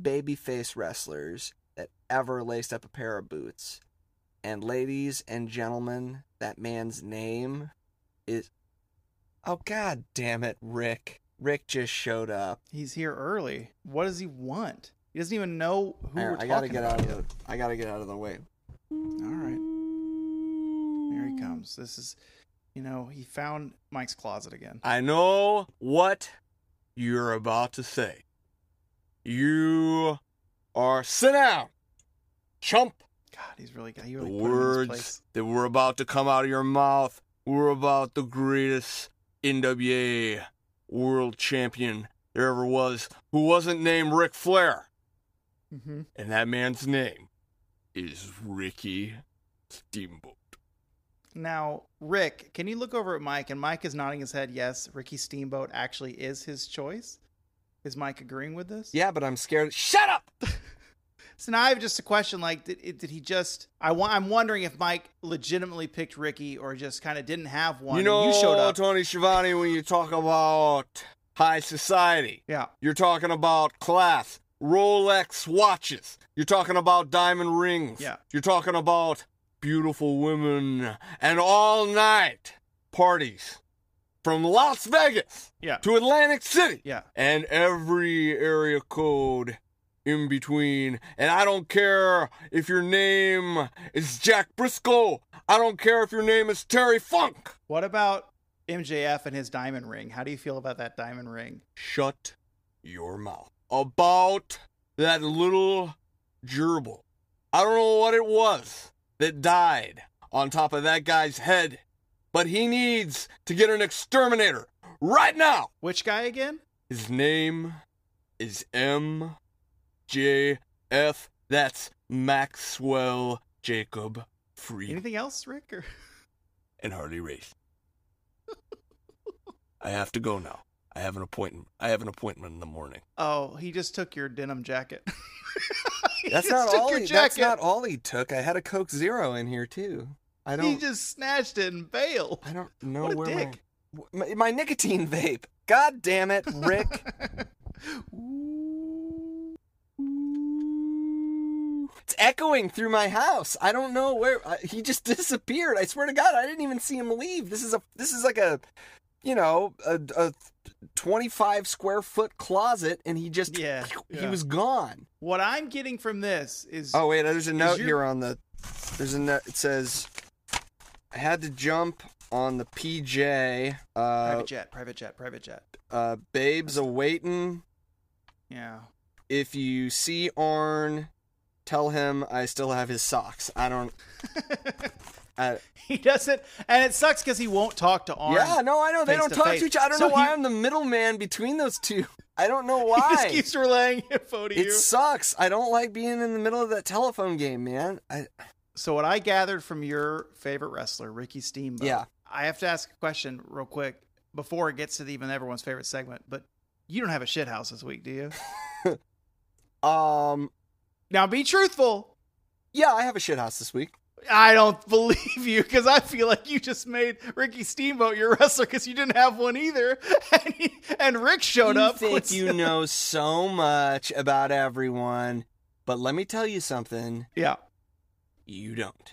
B: babyface wrestlers that ever laced up a pair of boots. And ladies and gentlemen, that man's name is. Oh, god damn it, Rick. Rick just showed up.
A: He's here early. What does he want? He doesn't even know who
B: Here,
A: we're talking
B: I gotta get
A: about.
B: out of the. I gotta get out of the way.
A: All right. Here he comes. This is, you know, he found Mike's closet again.
B: I know what you're about to say. You are sit down, chump.
A: God, he's really got. He
B: The
A: really put him in his
B: words
A: place.
B: that were about to come out of your mouth were about the greatest NWA world champion there ever was, who wasn't named Ric Flair.
A: Mhm.
B: And that man's name is Ricky Steamboat.
A: Now, Rick, can you look over at Mike? And Mike is nodding his head. Yes, Ricky Steamboat actually is his choice. Is Mike agreeing with this?
B: Yeah, but I'm scared. Shut up!
A: So now I have just a question: like, did, it- did he just? I wa- I'm wondering if Mike legitimately picked Ricky or just kind of didn't have one.
B: you
A: and
B: know,
A: you showed up.
B: Tony Schiavone, when you talk about high society,
A: yeah,
B: you're talking about class, Rolex watches, you're talking about diamond rings,
A: Yeah.
B: you're talking about beautiful women, and all night parties from Las Vegas
A: yeah,
B: to Atlantic City.
A: yeah.
B: and every area code in between. And I don't care if your name is Jack Briscoe. I don't care if your name is Terry Funk.
A: What about MJF and his diamond ring? How do you feel about that diamond ring?
B: Shut your mouth. About that little gerbil. I don't know what it was that died on top of that guy's head, but he needs to get an exterminator right now.
A: Which guy again?
B: His name is MJF. That's Maxwell Jacob Free
A: Anything else, Rick? Or...
B: and Harley Race. I have to go now. I have an appointment. I have an appointment in the morning.
A: Oh, he just took your denim jacket. <laughs> He
B: That's
A: just
B: not
A: took
B: all.
A: your
B: He, that's
A: jacket.
B: not all he took. I had a Coke Zero in here too. I
A: He
B: don't.
A: just snatched it and bailed.
B: I don't know
A: What a
B: where
A: dick.
B: My, my my nicotine vape. God damn it,
A: <laughs>
B: Rick.
A: Ooh.
B: It's echoing through my house. I don't know where I, he just <laughs> disappeared. I swear to God, I didn't even see him leave. This is a this is like a, you know, a, a twenty five square foot closet, and he just
A: Yeah,
B: he
A: yeah.
B: was gone.
A: What I'm getting from this is
B: Oh wait, there's a note
A: your-
B: here on the there's a note. It says I had to jump on the PJ. Uh,
A: private jet, private jet, private jet.
B: uh, babes a waitin'.
A: Yeah.
B: If you see Arn, tell him I still have his socks.
A: <laughs>
B: I don't. I,
A: He doesn't, and it sucks because he won't talk to Arn.
B: Yeah, no, I know they
A: face
B: don't
A: to
B: talk
A: face.
B: to each other. I don't
A: So
B: know why
A: he-
B: I'm the middleman between those two. I
A: <laughs>
B: don't know
A: he
B: why.
A: just keeps relaying info to
B: it
A: you.
B: sucks. I don't like being in the middle of that telephone game, man. I
A: So what I gathered from your favorite wrestler, Ricky Steamboat.
B: Yeah.
A: I have to ask a question real quick before it gets to the, even everyone's favorite segment. But you don't have a shit house this week, do you?
B: um
A: now be truthful.
B: yeah, I have a shit house this week.
A: I don't <laughs> believe you because I feel like you just made Ricky Steamboat your wrestler because you didn't have one either, <laughs> and, he, and Rick showed
B: you
A: up.
B: think
A: with-
B: <laughs> you know so much about everyone, but let me tell you something.
A: <laughs> Yeah.
B: You don't.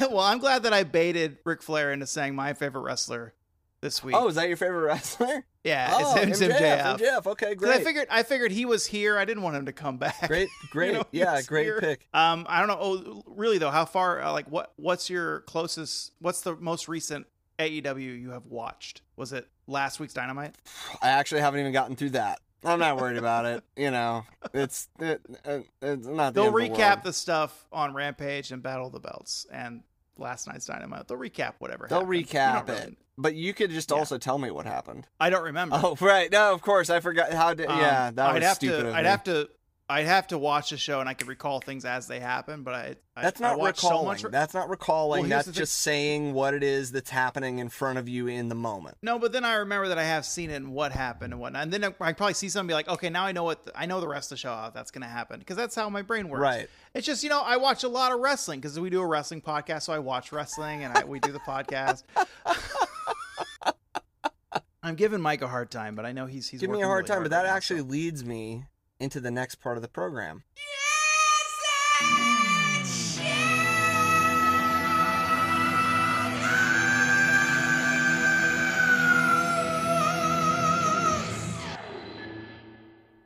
A: well, I'm glad that I baited Ric Flair into saying my favorite wrestler this week.
B: Oh, is that your favorite wrestler?
A: <laughs> yeah,
B: oh,
A: it's, it's MJF.
B: MJF. MJF. Okay,
A: 'Cause I
B: great.
A: figured I figured he was here. I didn't want him to come back.
B: Great,
A: <laughs>
B: great.
A: know,
B: yeah,
A: he's
B: great
A: here.
B: pick.
A: Um, I don't know. Oh, really though, how far? Uh, like, what? What's your closest? What's the most recent AEW you have watched? Was it last week's Dynamite?
B: I actually haven't even gotten through that. I'm not worried about it. You know, it's it, it- it's not. The
A: They'll
B: end of the
A: recap
B: world.
A: the stuff on Rampage and Battle of the Belts and last night's Dynamite. They'll recap whatever.
B: They'll
A: happened. You
B: recap
A: don't
B: it,
A: really-
B: but you could just
A: Yeah.
B: also tell me what happened.
A: I don't remember.
B: Oh right, no, of course I forgot how did.
A: Um,
B: yeah, that
A: I'd
B: was
A: have
B: stupid.
A: To,
B: of
A: I'd
B: me.
A: have to. I'd have to watch the show and I could recall things as they happen. But I I-
B: That's
A: I
B: not
A: watched so
B: recalling.
A: much. re-
B: that's not recalling.
A: Well, here's
B: that's
A: the
B: just
A: thing-
B: saying what it is that's happening in front of you in the moment.
A: No, but then I remember that I have seen it and what happened and whatnot. And then I probably see something be like, okay, now I know what the, I know the rest of the show how that's going to happen because that's how my brain works.
B: Right.
A: It's just you know I watch a lot of wrestling because we do a wrestling podcast, so I watch wrestling and I, we do the podcast. <laughs> I'm giving Mike a hard time, but I know he's he's
B: Give me
A: working
B: a hard
A: really
B: time, but that
A: right now,
B: actually
A: so-
B: leads me into the next part of the program.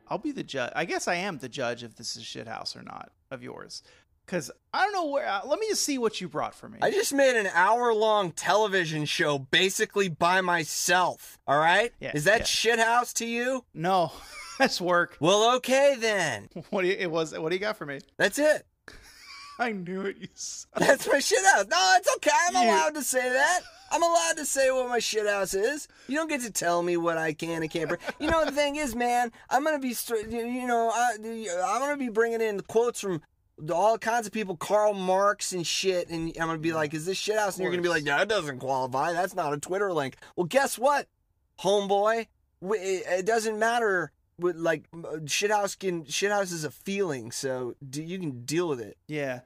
A: I'll be the judge. I guess I am the judge if this is shithouse or not of yours, because I don't know where. uh, let me just see what you brought for me.
B: I just made an hour long television show basically by myself. All right?
A: Yeah,
B: Is that shithouse to you?
A: no, <laughs> that's work.
B: Well, okay
A: <laughs>
B: then.
A: What do you, it was? What do you got for me?
B: That's it.
A: <laughs> I knew it. You son
B: That's my shithouse. No, it's okay. I'm
A: You-
B: allowed to say that. I'm allowed to say what my shithouse is. You don't get to tell me what I can and can't bring. You
A: <laughs>
B: know the thing is, man. I'm gonna be straight. You you know, I, I'm gonna be bringing in quotes from all kinds of people, Karl Marx and shit, and I'm gonna be like, "Is this shithouse?" And you're gonna be
A: course.
B: like, "That doesn't qualify. That's not a Twitter link." Well, guess what, homeboy? W- It it doesn't matter. With like shithouse can shithouse is a feeling, so d- you can deal with it.
A: Yeah.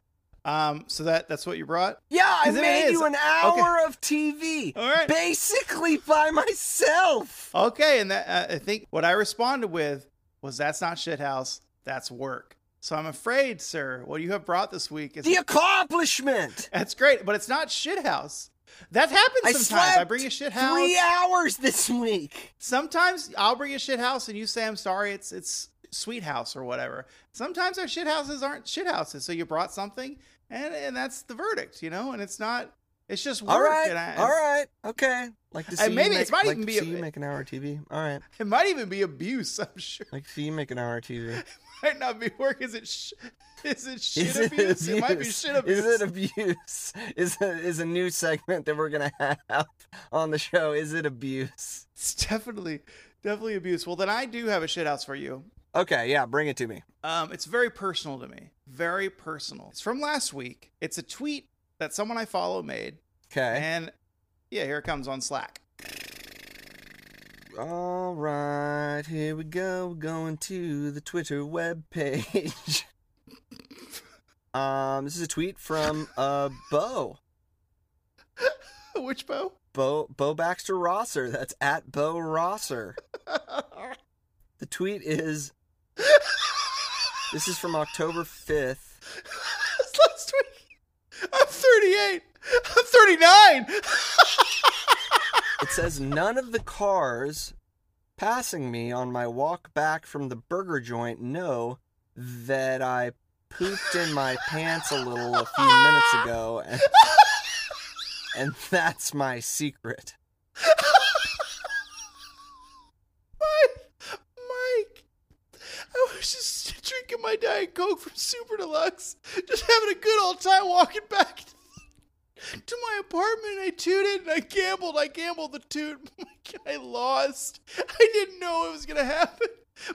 A: Um. So that that's what you brought.
B: Yeah, I
A: 'Cause it
B: made
A: is.
B: you an hour of TV
A: All right.
B: basically by myself.
A: Okay. And that uh, I think what I responded with was that's not shithouse. That's work. So I'm afraid, sir, what you have brought this week is
B: The accomplishment.
A: that's great, but it's not shithouse. That happens
B: I
A: sometimes. I
B: slept
A: bring a shithouse.
B: Three hours this week.
A: Sometimes I'll bring a shit house and you say I'm sorry. It's it's sweet house or whatever. Sometimes our shit houses aren't shit houses. So you brought something, and and that's the verdict, you know. And it's not. It's just work.
B: All right,
A: and I,
B: all right, okay. Like to see
A: And maybe
B: you make,
A: it might
B: like
A: even
B: to
A: be a-
B: see you make an hour of TV. All right,
A: It might even be abuse. <laughs> I'm sure.
B: like to see you make an hour of TV.
A: might not be work. Is it? Sh- is it <laughs> shit
B: Is
A: abuse? It might be
B: abuse?
A: shit abuse.
B: Is it abuse? Is a, is a new segment that we're gonna <laughs> have on the show? Is it abuse?
A: it's definitely, definitely abuse. Well, then I do have a shit house for you.
B: Okay, yeah, bring it to me.
A: Um, it's very personal to me. Very personal. It's from last week. It's a tweet that someone I follow made,
B: Okay.
A: and yeah, here it comes on Slack. <laughs>
B: All right, here we go. We're going to the Twitter webpage. <laughs> um, this is a tweet from uh Bo
A: Which bow?
B: Bo Bo Baxter Rosser. That's at Bo Rosser. The tweet is. This is from October fifth.
A: <laughs> It's last week. I'm 38. I'm <laughs> 39.
B: It says none of the cars passing me on my walk back from the burger joint know that I pooped in my pants a little a few minutes ago and, and that's my secret.
A: <laughs> Mike, Mike, I was just drinking my Diet Coke from Super Deluxe, just having a good old time walking back to my apartment. I tooted and I gambled. I gambled the toot. <laughs> Mike, I lost. I didn't know it was going to happen,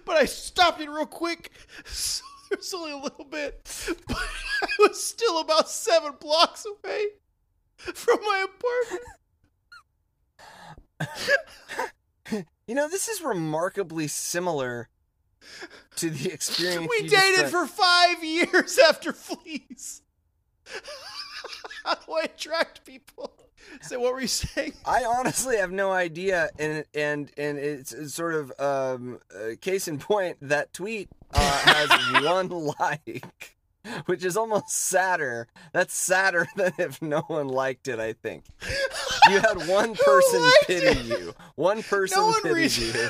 A: but I stopped it real quick. So there was only a little bit, but <laughs> I was still about seven blocks away from my apartment.
B: You know, this is remarkably similar to the experience
A: We
B: you
A: dated
B: described.
A: for five years <laughs> after fleas. <laughs> How do I attract people? So what were you saying?
B: I honestly have no idea, and and and it's, it's sort of um, uh, case in point that tweet uh,
A: <laughs>
B: has one like, which is almost sadder. That's sadder <laughs> than if no one liked it. I think you had
A: <laughs>
B: one person
A: liked
B: pity
A: it?
B: you. One person
A: No one
B: pitied
A: reads.
B: you.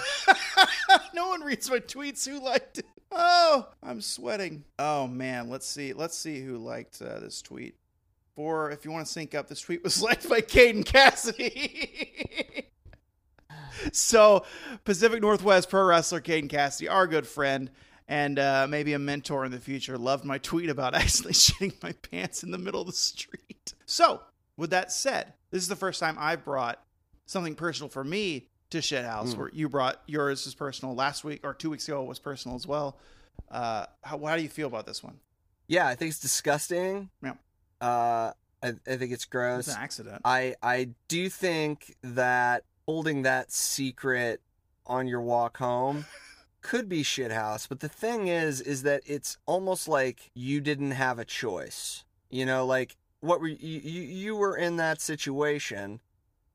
A: <laughs> no one reads my tweets. Who liked it? Oh, I'm sweating. Oh man, let's see. Let's see who liked uh, this tweet. for if you want to sync up, this tweet was <laughs> liked by Caden Cassidy. <laughs> so, Pacific Northwest pro wrestler Caden Cassidy, our good friend and uh, maybe a mentor in the future, loved my tweet about <laughs> accidentally shitting my pants in the middle of the street. So, with that said, this is the first time I brought something personal for me to Shithouse,
B: Mm.
A: where you brought yours is personal last week or two weeks ago it was personal as well. Uh, how, how do you feel about this one?
B: Yeah, I think it's disgusting.
A: Yeah.
B: Uh, I, I think it's gross.
A: It's an accident.
B: I I do think that holding that secret on your
A: <laughs>
B: walk home could be shithouse, but the thing is is that it's almost like you didn't have a choice. You know, like what were you you, you were in that situation.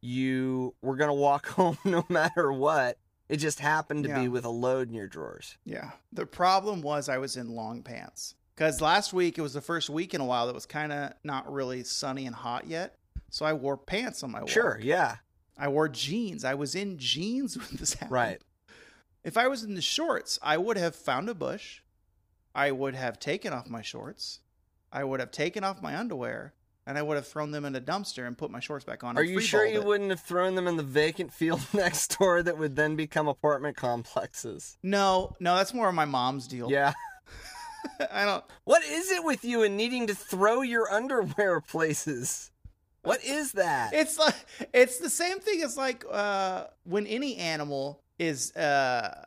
B: You were going to walk <laughs> home no matter what. It just happened to
A: Yeah.
B: be with a load in your drawers.
A: Yeah. The problem was I was in long pants. Because last week it was the first week in a while that was kind of not really sunny and hot yet. So I wore pants on my walk.
B: Sure, yeah.
A: I wore jeans. I was in jeans <laughs> when this happened.
B: Right.
A: If I was in the shorts, I would have found a bush. I would have taken off my shorts. I would have taken off my underwear. And I would have thrown them in a dumpster and put my shorts back on.
B: Are
A: and
B: you sure
A: freeballed
B: you
A: it.
B: wouldn't have thrown them in the vacant field <laughs> next door that would then become apartment complexes?
A: No, no, that's more of my mom's deal.
B: Yeah.
A: <laughs> I don't.
B: What is it with you and needing to throw your underwear <laughs> places? What is that?
A: it's like it's the same thing as like uh when any animal is uh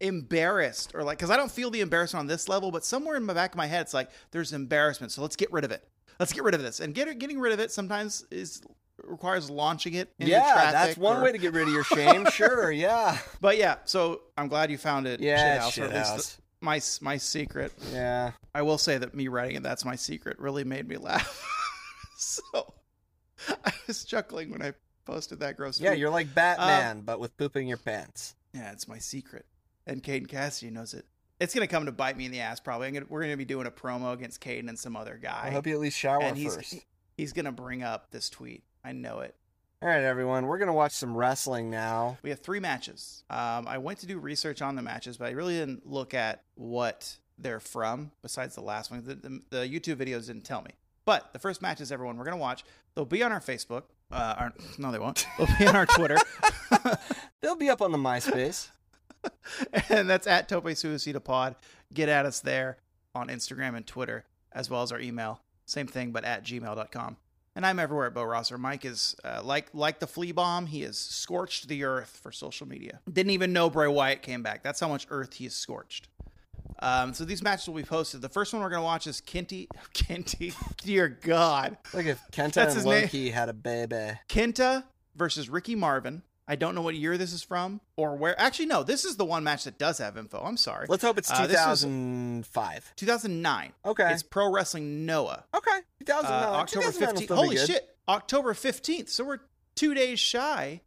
A: embarrassed or like because i don't feel the embarrassment on this level but somewhere in the back of my head it's like there's embarrassment so let's get rid of it let's get rid of this and get, getting rid of it sometimes is requires launching it into
B: yeah,
A: traffic
B: that's one
A: or-
B: way to get rid of your shame.
A: <laughs>
B: sure, yeah,
A: but yeah so i'm glad you found it
B: yeah,
A: Shithouse, or
B: shit
A: at least
B: house.
A: my my secret
B: Yeah,
A: I will say that me writing it, that's my secret, really made me laugh. <laughs> so <laughs> I was chuckling when I posted that gross.
B: yeah,
A: tweet.
B: you're like
A: Um,
B: Batman, but with poop in your pants.
A: yeah, it's my secret, and Caden Cassidy knows it. It's gonna come to bite me in the ass, probably. I'm gonna, we're gonna be doing a promo against Caden and some other guy,
B: I hope you at least shower
A: and he's
B: first.
A: he's gonna bring up this tweet. I know it.
B: All right, everyone, we're gonna watch some wrestling now.
A: We have three matches. Um, I went to do research on the matches, but I really didn't look at what they're from besides the last one. The, the, the YouTube videos didn't tell me. But the first matches, everyone, we're going to watch. They'll be on our Facebook. Uh, our, no, they won't. <laughs> They'll be on our Twitter.
B: They'll be up on
A: <laughs>
B: the MySpace.
A: and that's at Tope Suicida Pod. Get at us there on Instagram and Twitter, as well as our email. Same thing, but at gmail.com. And I'm everywhere at Bo Rosser. Mike is uh, like like the flea bomb. He has scorched the earth for social media. Didn't even know Bray Wyatt came back. That's how much earth he has scorched. Um, so these matches will be posted. The first one we're gonna watch is Kenty. <laughs> Kenty, dear God,
B: Look if Kenta
A: That's his
B: and
A: name.
B: Loki had a baby.
A: Kenta versus Ricky Marvin. I don't know what year this is from or where. Actually, no, this is the one match that does have info. I'm sorry.
B: Let's hope it's
A: Uh, this was-
B: 2005.
A: 2009.
B: Okay.
A: It's Pro Wrestling Noah.
B: Okay.
A: Uh,
B: 2009.
A: October
B: 2009 will
A: 15th.
B: still be
A: Holy
B: good.
A: shit. October 15th. So we're two days shy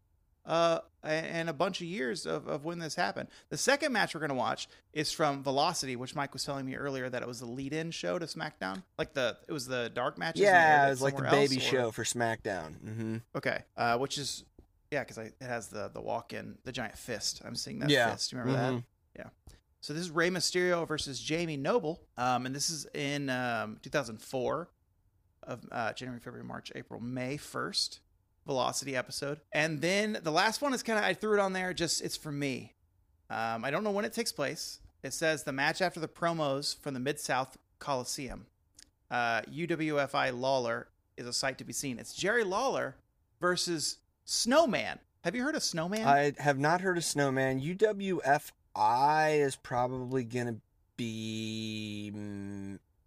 A: uh, and a bunch of years of, of when this happened. The second match we're going to watch is from Velocity, which Mike was telling me earlier that it was the lead in show to SmackDown. Like the, it was the dark matches. and they aired
B: Yeah,
A: it
B: it was like the
A: somewhere else,
B: baby
A: or-
B: show for SmackDown. Mm-hmm.
A: Okay. Uh, which is, yeah, because it has the, the walk in, the giant fist. I'm seeing that
B: Yeah.
A: fist. You remember that?
B: Mhm.
A: So this is Rey Mysterio versus Jamie Noble, um, and this is in um, 2004 of uh, January, February, March, April, May 1st Velocity episode, and then the last one is kind of I threw it on there. Just it's for me. Um, I don't know when it takes place. It says the match after the promos from the Mid South Coliseum. Uh, UWFI Lawler is a sight to be seen. It's Jerry Lawler versus Snowman. Have you heard of Snowman?
B: I have not heard of Snowman. UWFI is probably gonna be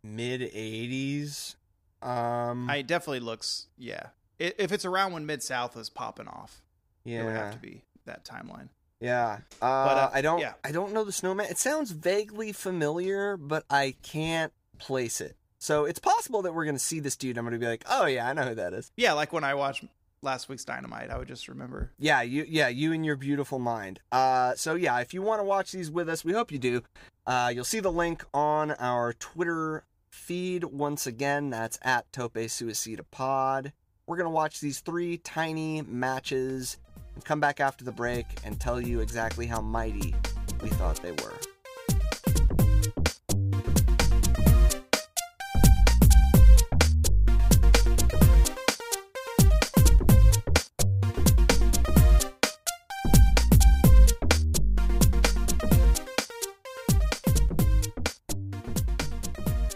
B: mid '80s. Um,
A: I it definitely looks yeah. I- If it's around when Mid South was popping off, it would have
B: yeah,
A: to be that timeline.
B: yeah. Uh,
A: uh,
B: I don't,
A: yeah.
B: I don't know the Snowman. It sounds vaguely familiar, but I can't place it. So it's possible that we're gonna see this dude. I'm gonna be like, oh yeah, I know who that is.
A: Yeah, like when I watched last week's Dynamite, I would just remember.
B: Yeah, you, yeah, you and your beautiful mind. Uh, so yeah, if you want to watch these with us, we hope you do. Uh, you'll see the link on our Twitter feed once again. That's at Tope Suicida Pod. We're gonna watch these three tiny matches and come back after the break and tell you exactly how mighty we thought they were.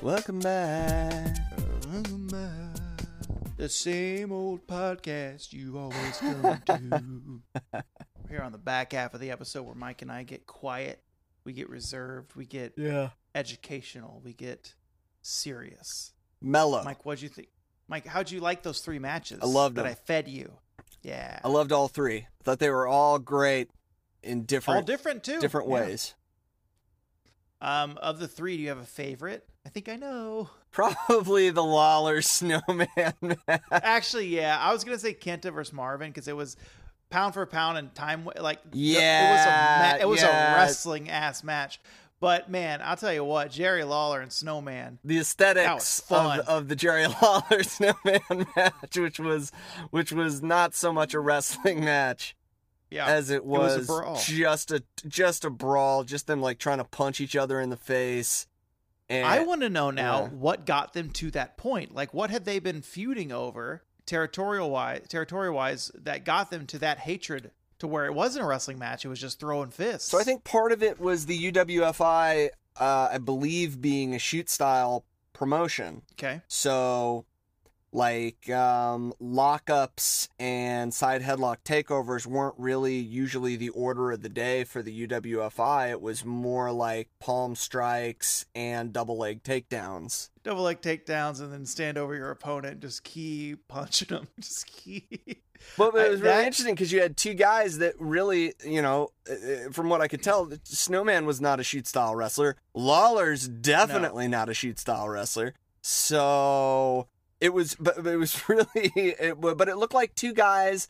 B: Welcome back.
A: The same old podcast you always come to.
B: <laughs>
A: We're here on the back half of the episode where Mike and I get quiet, we get reserved, we get
B: Yeah.
A: educational, we get serious.
B: Mellow.
A: Mike, what'd you think? Mike, how'd you like those three matches?
B: Uh, I loved
A: that
B: them.
A: I fed you. Yeah,
B: I loved all three. I thought they were all great in different
A: all different too.
B: different
A: Yeah.
B: ways.
A: Um, of the three, do you have a favorite? I think I know.
B: Probably the Lawler <laughs> Snowman match.
A: Actually, yeah, I was gonna say Kenta versus Marvin because it was pound for pound and time like the-
B: Yeah,
A: it was a ma- it was
B: yeah.
A: a wrestling ass match. But man, I'll tell you what, Jerry Lawler and Snowman.
B: the
A: That was
B: aesthetics
A: fun.
B: of, of the Jerry <laughs> Lawler Snowman match, which was which was not so much a wrestling match
A: Yeah,
B: as it
A: was
B: was,
A: a oh. brawl.
B: just a just a brawl, just them like trying to punch each other in the face. And
A: I want to know now
B: yeah.
A: what got them to that point. Like, what had they been feuding over territorial wise? Territorial wise, that got them to that hatred to where it wasn't a wrestling match; it was just throwing fists.
B: So I think part of it was the UWFI, uh, I believe, being a shoot style promotion.
A: okay,
B: So, like um, lockups and side headlock takeovers weren't really usually the order of the day for the UWFI. It was more like palm strikes and double leg takedowns.
A: double leg takedowns, and then stand over your opponent, just keep punching them, <laughs> just keep.
B: But
A: I-
B: it was really
A: that-
B: interesting because you had two guys that really, you know, uh, uh, from what I could tell, Snowman was not a shoot style wrestler. Lawler's definitely not a shoot style wrestler. So it was, but but it was <laughs> really, it, wa- but it looked like two guys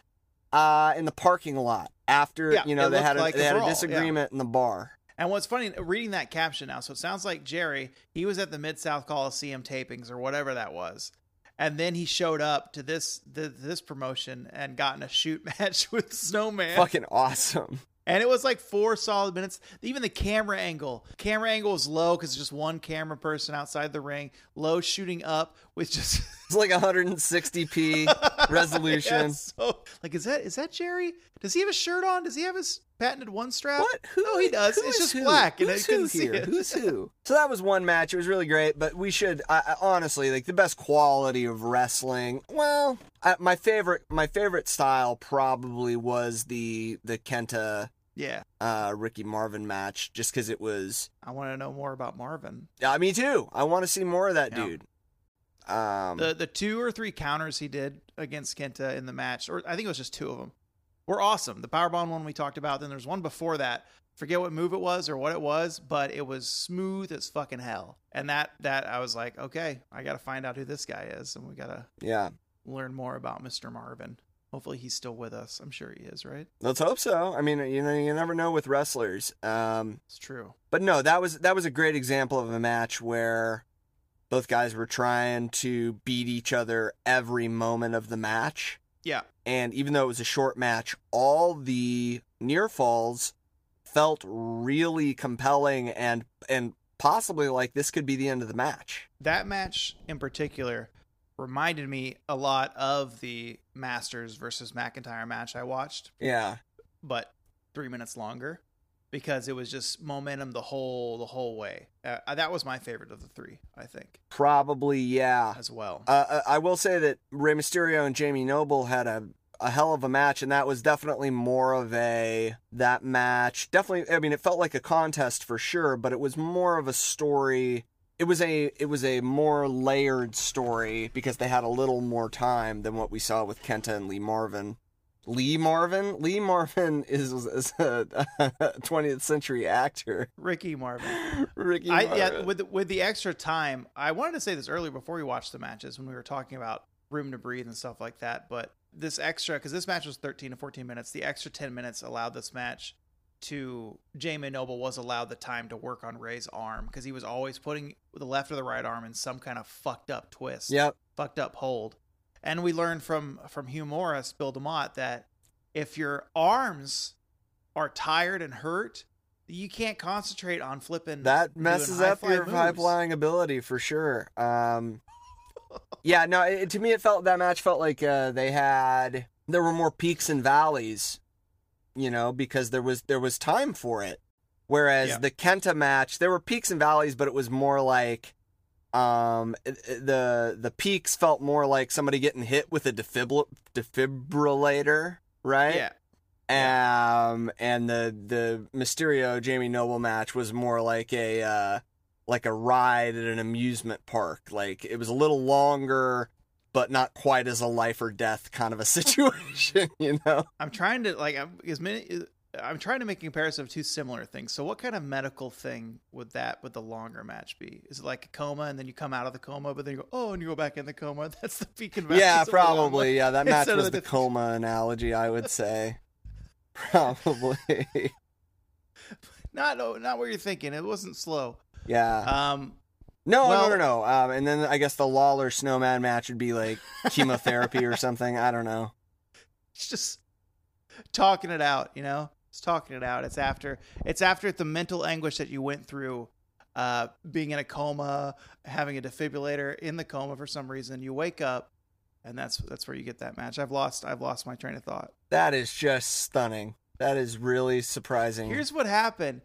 B: uh, in the parking lot after
A: Yeah,
B: you know
A: it
B: they
A: looked
B: had a,
A: like a
B: they had
A: brawl,
B: a
A: yeah.
B: disagreement in the bar.
A: And what's funny, reading that caption now, so it sounds like Jerry, he was at the Mid South Coliseum tapings or whatever that was. And then he showed up to this the, this promotion and got in a shoot <laughs> match with Snowman.
B: Fucking awesome. <laughs>
A: And it was like four solid minutes. Even the camera angle, camera angle was low because just one camera person outside the ring, low shooting up with just <laughs>
B: It's like 160p
A: Yeah,
B: resolution.
A: so like, is that is that Jerry? Does he have a shirt on? Does he have his patented one strap?
B: <laughs> What? Who?
A: No, he does.
B: who
A: It's
B: is
A: just
B: who?
A: black, and I
B: Who's who
A: couldn't see
B: here?
A: it.
B: Who's who? <laughs> So that was one match. It was really great, but we should I, I, honestly like the best quality of wrestling. Well, I, my favorite, my favorite style probably was the the Kenta
A: <laughs> Yeah,
B: uh, Ricky Marvin match, just because it was.
A: I want to know more about Marvin.
B: Yeah, me too. I want to see more of that
A: Yeah.
B: dude. Um,
A: The the two or three counters he did against Kenta in the match, or I think it was just two of them, were awesome. The powerbomb one we talked about. Then there's one before that. Forget what move it was or what it was, but it was smooth as fucking hell. And that that I was like, okay, I got to find out who this guy is, and we got to
B: yeah,
A: learn more about Mr. Marvin. Hopefully he's still with us. I'm sure he is, right?
B: let's hope so. I mean, you know, you never know with wrestlers. Um,
A: It's true.
B: But no, that was that was a great example of a match where both guys were trying to beat each other every moment of the match.
A: Yeah.
B: And even though it was a short match, all the near falls felt really compelling and and possibly like this could be the end of the match.
A: that match in particular reminded me a lot of the Masters versus McIntyre match I watched,
B: Yeah.
A: but three minutes longer because it was just momentum the whole the whole way. Uh, that was my favorite of the three, I think,
B: Probably yeah.
A: as well.
B: Uh, I I will say that Rey Mysterio and Jamie Noble had a a hell of a match, and that was definitely more of a that match. Definitely, I mean, it felt like a contest for sure, but it was more of a story. It was a it was a more layered story because they had a little more time than what we saw with Kenta and Lee Marvin. Lee Marvin, Lee Marvin is, is a <laughs> 20th century actor.
A: Ricky Marvin.
B: Ricky
A: I,
B: Marvin.
A: yeah, with with the extra time, I wanted to say this earlier before we watched the matches when we were talking about room to breathe and stuff like that. But this extra, because this match was 13 to 14 minutes, the extra 10 minutes allowed this match to Jamie Noble was allowed the time to work on Ray's arm because he was always putting the left or the right arm in some kind of fucked up twist,
B: yep.
A: fucked up hold. And we learned from from Hugh Morris, Bill DeMott, that if your arms are tired and hurt, you can't concentrate on flipping
B: That
A: doing
B: messes
A: high
B: up
A: fly
B: your
A: moves.
B: high flying ability for sure. Um, yeah, no, it, to me it felt that match felt like uh, they had there were more peaks and valleys, you know, because there was there was time for it. Whereas
A: Yeah.
B: the Kenta match, there were peaks and valleys, but it was more like Um, it- it- the the peaks felt more like somebody getting hit with a defibri- defibrillator, right?
A: Yeah.
B: Um, and the the Mysterio Jamie Noble match was more like a uh, like a ride at an amusement park. Like it was a little longer, but not quite as a life or death kind of a <laughs> situation. You know?
A: I'm trying to like I'm, as many. I'm trying to make a comparison of two similar things. So, what kind of medical thing would that would the longer match be? Is it like a coma and then you come out of the coma, but then you go oh and you go back in the coma? <laughs> That's the peak and valleys <laughs>
B: yeah,
A: of the long
B: probably.
A: one.
B: Yeah, that match
A: Instead of
B: was
A: the
B: the
A: def-
B: coma analogy. I would say probably. <laughs>
A: Not oh, not what you're thinking. It wasn't slow.
B: yeah.
A: Um,
B: No,
A: Well-
B: no, no, no. Um, and then I guess the Lawler Snowman match would be like chemotherapy or something. I don't know.
A: it's just talking it out. You know, it's talking it out. It's after it's after the mental anguish that you went through. Uh, being in a coma, having a defibrillator in the coma for some reason, you wake up, and that's that's where you get that match. I've lost I've lost my train of thought.
B: That is just stunning. That is really surprising.
A: Here's what happened: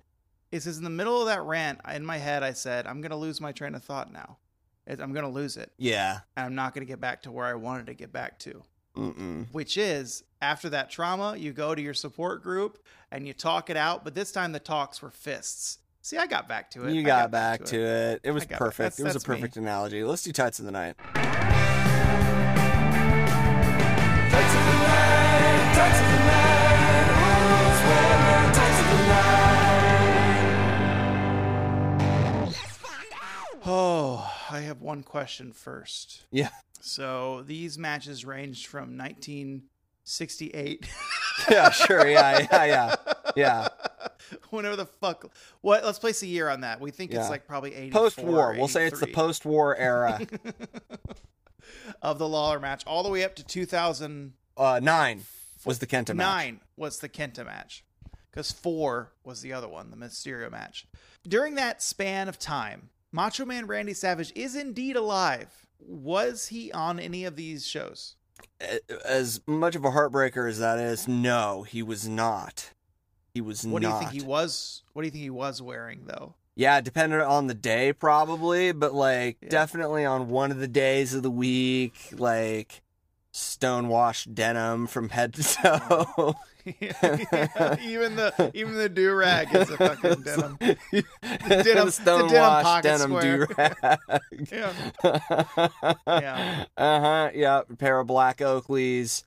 A: is is in the middle of that rant in my head, I said, "I'm gonna lose my train of thought now. It- I'm gonna lose it,
B: yeah.
A: and I'm not gonna get back to where I wanted to get back to."
B: Mm-mm.
A: Which is after that trauma, you go to your support group and you talk it out. But this time, the talks were fists. See, I got back to it.
B: You
A: I
B: got, back to it. It was
A: I got back-
B: perfect.
A: that's-
B: it was a
A: that's me.
B: perfect analogy. Let's do tights of the night. <laughs>
A: Oh, I have one question first.
B: Yeah.
A: So these matches ranged from 1968.
B: Yeah. Sure. Yeah. Yeah. Yeah. Yeah.
A: <laughs> Whenever the fuck. What? Let's place a year on that. We think
B: Yeah.
A: it's like probably 84.
B: Post war. We'll say it's the
A: 83
B: post war
A: <laughs>
B: era.
A: of the Lawler match, all the way up to 2009
B: Uh, nine was the Kenta match.
A: was the Kenta match, because four was the other one, the Mysterio match. During that span of time, Macho Man Randy Savage is indeed alive. Was he on any of these shows?
B: As much of a heartbreaker as that is, no, he was not. He was
A: What
B: not.
A: do you think he was? What do you think he was wearing though? <laughs>
B: Yeah, depending on the day, probably, but like
A: Yeah.
B: definitely on one of the days of the week, like stonewashed denim from head
A: <laughs>
B: to toe.
A: even the even the do rag is a
B: <laughs>
A: fucking denim.
B: denim stonewashed
A: pocket
B: denim
A: square.
B: do-rag.
A: Yeah.
B: <laughs> yeah. Uh huh. Yeah. Pair of black Oakleys,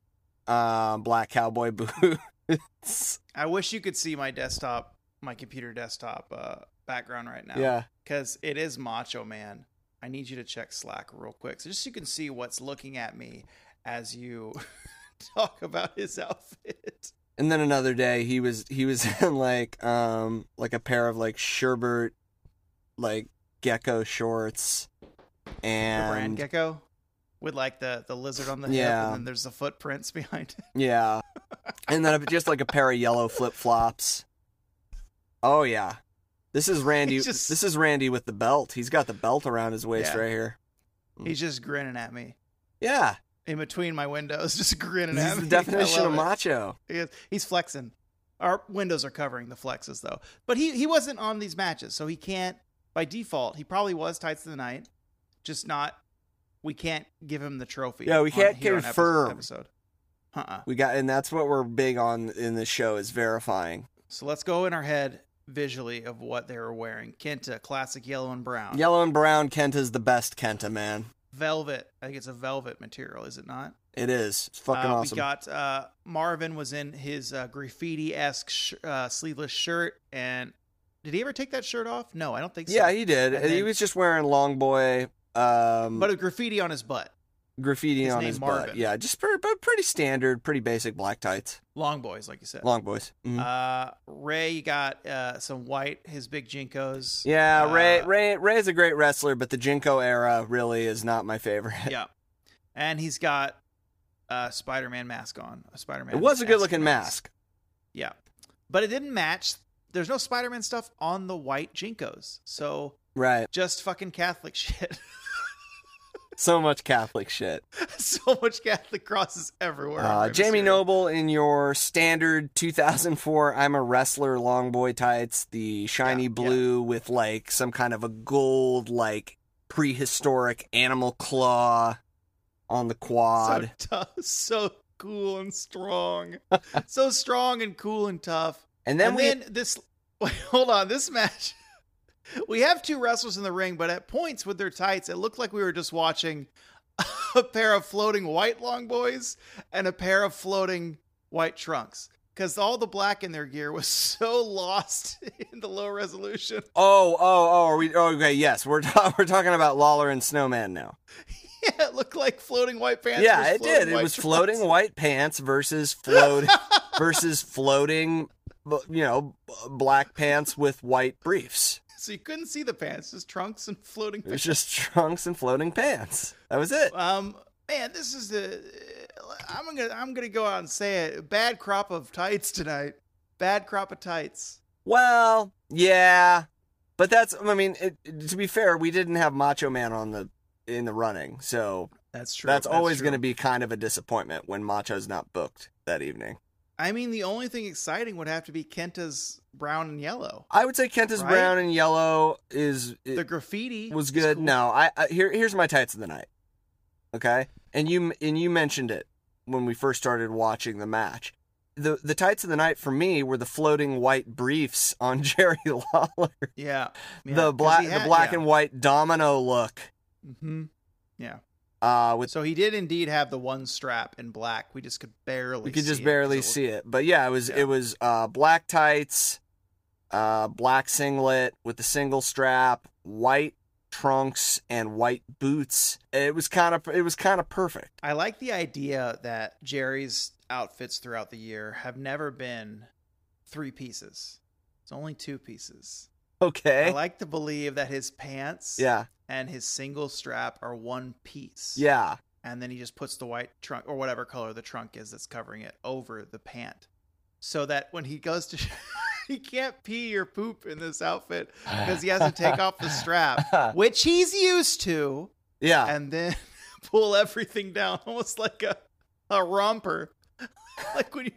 B: uh, black cowboy <laughs> boots.
A: I wish you could see my desktop, my computer desktop uh, background right now.
B: Yeah.
A: Because it is Macho Man. I need you to check Slack real quick. So just so you can see what's looking at me as you <laughs> talk about his outfit.
B: And then another day he was he was <laughs> in like um like a pair of like sherbert like gecko shorts
A: The brand
B: and
A: gecko with like the, the lizard on the hip
B: Yeah.
A: and then there's the footprints <laughs> behind it.
B: yeah and then just like a pair of yellow flip-flops. Oh yeah. This is Randy
A: It's <laughs> just-
B: this is Randy with the belt. He's got the belt around his waist
A: Yeah.
B: right here. Hmm.
A: He's just grinning at me
B: Yeah.
A: in between my windows, <laughs> just grinning
B: This
A: at
B: is
A: me.
B: the
A: I
B: definition of
A: love it.
B: macho.
A: He is- He's flexing. Our windows are covering the flexes though. But he he wasn't on these matches, so he can't by default. He probably was tights of the night, just not. We can't give him the trophy.
B: Yeah, we
A: on-
B: can't
A: here on epi-
B: confirm.
A: episode. Uh-uh.
B: We got and that's what we're big on in this show is verifying.
A: So let's go in our head visually of what they were wearing. Kenta, classic yellow and brown.
B: Yellow and brown Kenta's the best Kenta, man.
A: Velvet. I think it's a velvet material, is it not?
B: It is. It's fucking
A: Uh,
B: awesome.
A: We got uh, Marvin was in his uh, graffiti esque sh- uh, sleeveless shirt, and did he ever take that shirt off? No, I don't think so.
B: Yeah, he did.
A: And
B: he
A: then-
B: was just wearing long boy um
A: but a graffiti on his butt.
B: graffiti
A: his
B: on
A: name
B: his butt.
A: Marvin.
B: Yeah, just pretty, but pretty standard, pretty basic black tights,
A: Long boys, like you said.
B: long boys. Mhm.
A: Uh, Ray you got uh, some white, his big jinkos.
B: yeah, Ray
A: uh,
B: Ray Ray's a great wrestler, but the Jinko era really is not my favorite.
A: yeah. And he's got a Spider-Man mask on. A Spider-Man.
B: it was a good looking
A: mask.
B: mask.
A: Yeah, but it didn't match. There's no Spider-Man stuff on the white jinkos, so
B: Right.
A: just fucking Catholic <laughs> shit.
B: So much Catholic shit.
A: so much Catholic crosses everywhere. on
B: Uh,
A: Rey
B: Jamie
A: Mysterio.
B: Noble in your standard 2004 I'm a wrestler long boy tights, the shiny
A: Yeah, yeah.
B: blue with like some kind of a gold like prehistoric animal claw on the quad.
A: So tough, <laughs> so cool and strong, so strong and cool and tough.
B: and then
A: and
B: we
A: then this. <laughs> Wait, hold on, this match. <laughs> We have two wrestlers in the ring, but at points with their tights, it looked like we were just watching <laughs> a pair of floating white long boys and a pair of floating white trunks. Because all the black in their gear was <laughs> so lost <laughs> in the low resolution. <laughs>
B: Oh, oh, oh, are we oh, okay, yes. We're ta- <laughs> we're talking about Lawler and Snowman now.
A: Yeah, it looked like floating white pants. versus
B: yeah, it
A: floating
B: did. It
A: white <laughs>
B: was
A: trunks.
B: floating white pants
A: <laughs>
B: versus float versus floating bu- you know, b- black pants with white briefs.
A: So you couldn't see the pants, just trunks and <laughs> floating
B: It was
A: pants.
B: just <laughs> trunks and floating pants. That was it.
A: Um, man, this is the. I'm gonna I'm gonna go out and say it. Bad crop of tights tonight. Bad crop of tights.
B: Well, yeah, but that's I mean, it, to be fair, we didn't have Macho Man on the in the running, so
A: That's true.
B: that's, always going to be kind of a disappointment when Macho's not booked that evening.
A: I mean, the only thing exciting would have to be Kenta's brown and yellow.
B: I would say Kenta's
A: Right?
B: brown and yellow is it
A: The graffiti
B: was
A: is
B: good.
A: cool.
B: No, I, I here here's my tights of the night. Okay, and you and you mentioned it when we first started watching the match. The the tights of the night for me were the floating white briefs on <laughs> Jerry Lawler.
A: Yeah. yeah,
B: the
A: 'cause
B: black
A: he
B: the
A: had-
B: black
A: yeah.
B: and white domino look.
A: Mhm.
B: Uh, with
A: So he did indeed have the one strap in black. We just could barely.
B: you could just
A: see
B: barely
A: it 'cause
B: see it, but yeah, it was
A: Yeah.
B: it was uh, black tights, uh, black singlet with the single strap, white trunks, and white boots. It was kind of it was kind of perfect.
A: I like the idea that Jerry's outfits throughout the year have never been three pieces. It's only two pieces.
B: Okay,
A: I like to believe that his pants
B: Eh? yeah,
A: and his single strap are one piece.
B: yeah,
A: And then he just puts the white trunk or whatever color the trunk is that's covering it over the pant. So that when he goes to <laughs> he can't pee or poop in this outfit
B: <sighs>
A: because he has to take off the
B: <laughs>
A: strap, which he's used to
B: yeah.
A: and then <laughs> pull everything down <laughs> almost like a, a romper <laughs> like when you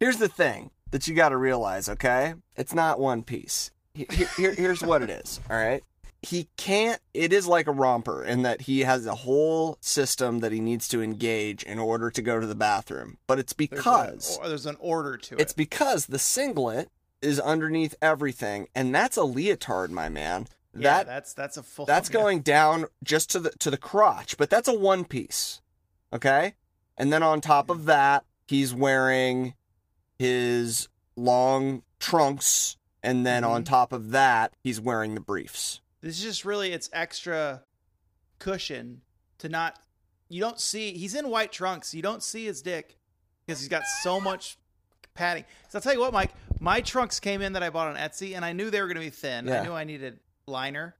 B: Here's the thing that you got to realize. Okay, it's not one piece. He- he- here- here's what it is. All right. He can't. It is like a romper in that he has a whole system that he needs to engage in order to go to the bathroom. But it's
A: there's, a-
B: because
A: or there's an order to
B: It's
A: it
B: because the singlet is underneath everything, and that's a leotard, my man.
A: yeah,
B: that
A: that's that's a full
B: that's
A: <laughs> yeah.
B: going down just to the to the crotch, but that's a one piece. Okay? And then on top of that, he's wearing his long trunks, and then on
A: Mhm.
B: top of that, he's wearing the briefs.
A: This is just really it's extra cushion to not you don't see he's in white trunks. You don't see his dick because he's got so much padding. So I'll tell you what, Mike, my trunks came in that I bought on Etsy and I knew they were gonna be thin.
B: Yeah.
A: I knew I needed liner.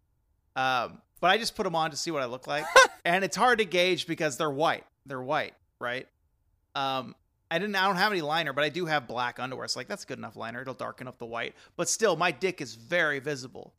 A: Um, but I just put them on to see what I look like. and it's hard to gauge because they're white. They're white, right? Um I didn't I don't have any liner, but I do have black underwear. So like that's good enough liner. It'll darken up the white. But still my dick is very visible.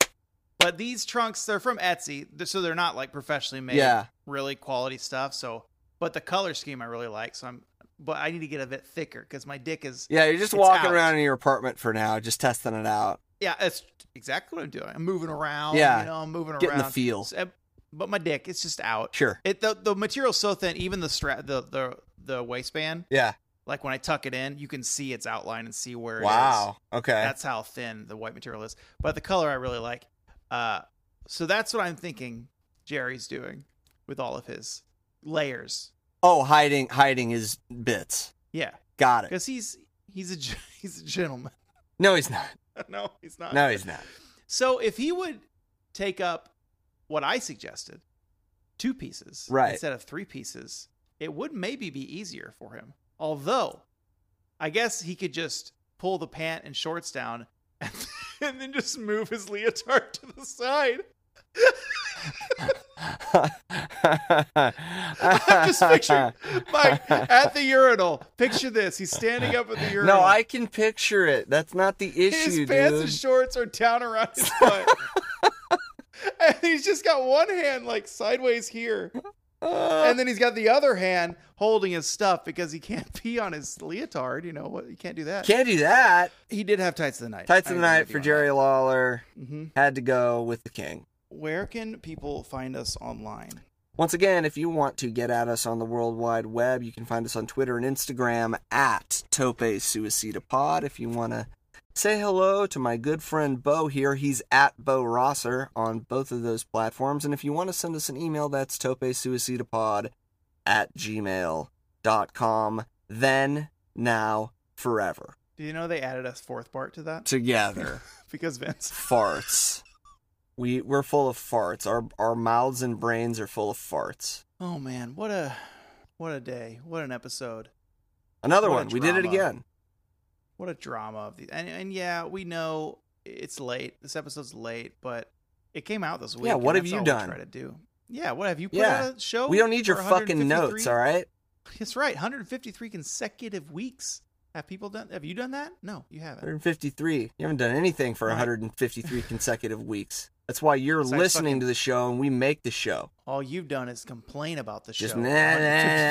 A: But these trunks, they're from Etsy, th- so they're not like professionally made,
B: Yeah.
A: really quality stuff. So, but the color scheme I really like. So I'm, but I need to get a bit thicker because my dick is,
B: Yeah, you're just
A: It's
B: walking
A: out.
B: around in your apartment for now, just testing it out.
A: yeah, that's exactly what I'm doing. I'm moving around.
B: Yeah.
A: you know, I'm moving
B: Getting the
A: around.
B: feel.
A: So, but my dick, it's just out.
B: Sure.
A: It the the material's so thin, even the strap, the the the waistband.
B: Yeah.
A: Like when I tuck it in, you can see its outline and see where. it is.
B: Wow. Okay.
A: That's how thin the white material is. But the color I really like. Uh, so that's what I'm thinking Jerry's doing with all of his layers.
B: oh, hiding hiding his bits.
A: Yeah,
B: Got it.
A: because he's he's a <laughs> gen- he's a gentleman.
B: No, he's not.
A: no, he's not.
B: No, he's not. <laughs>
A: So if he would take up what I suggested, two pieces
B: Right.
A: instead of three pieces, it would maybe be easier for him. Although, I guess he could just pull the pant and shorts down <laughs> and, and then just move his leotard to the side. <laughs> <laughs> I'm just picturing Mike at the urinal. Picture this: he's standing up at the urinal.
B: No, I can picture it. That's not the
A: his
B: issue,
A: pants
B: dude.
A: and shorts are down around
B: <laughs>
A: his butt. and he's just got one hand like sideways here.
B: Uh,
A: And then he's got the other hand holding his stuff because he can't <laughs> pee on his leotard. You know what? You can't do that.
B: can't do that.
A: He did have tights of the night.
B: Tights of the night for Jerry Lawler
A: Mm-hmm.
B: had to go with the king.
A: where can people find us online?
B: Once again, if you want to get at us on the World Wide Web, you can find us on Twitter and Instagram at Tope Suicida Pod. If you want to say hello to my good friend Bo here, he's at Bo Rosser on both of those platforms. And if you want to send us an email, that's topesuicidapod at gmail.com. Then, now, forever.
A: Do you know they added a fourth part to that? <laughs>
B: Together.
A: Because Vince.
B: farts. We we're full of farts. Our our mouths and brains are full of farts.
A: Oh man, what a what a day. What an episode.
B: Another
A: What a
B: one. We did it
A: drama.
B: again.
A: What a drama of the and, and yeah, we know it's late. This episode's late, but it came out this week.
B: Yeah, what
A: and
B: have
A: that's
B: you
A: all we
B: done?
A: Try to do. Yeah, what have you put
B: Yeah.
A: out a show?
B: We don't need your
A: Oh, for
B: fucking
A: 153
B: notes, all right?
A: That's right. 153 consecutive weeks. Have people done have you done that? No, you haven't.
B: 153. You haven't done anything for
A: Right.
B: 153 consecutive weeks. That's why you're
A: It's like
B: listening
A: fucking-
B: to the show and we make the show.
A: All you've done is complain about the
B: Just
A: show. <laughs>
B: nah, nah,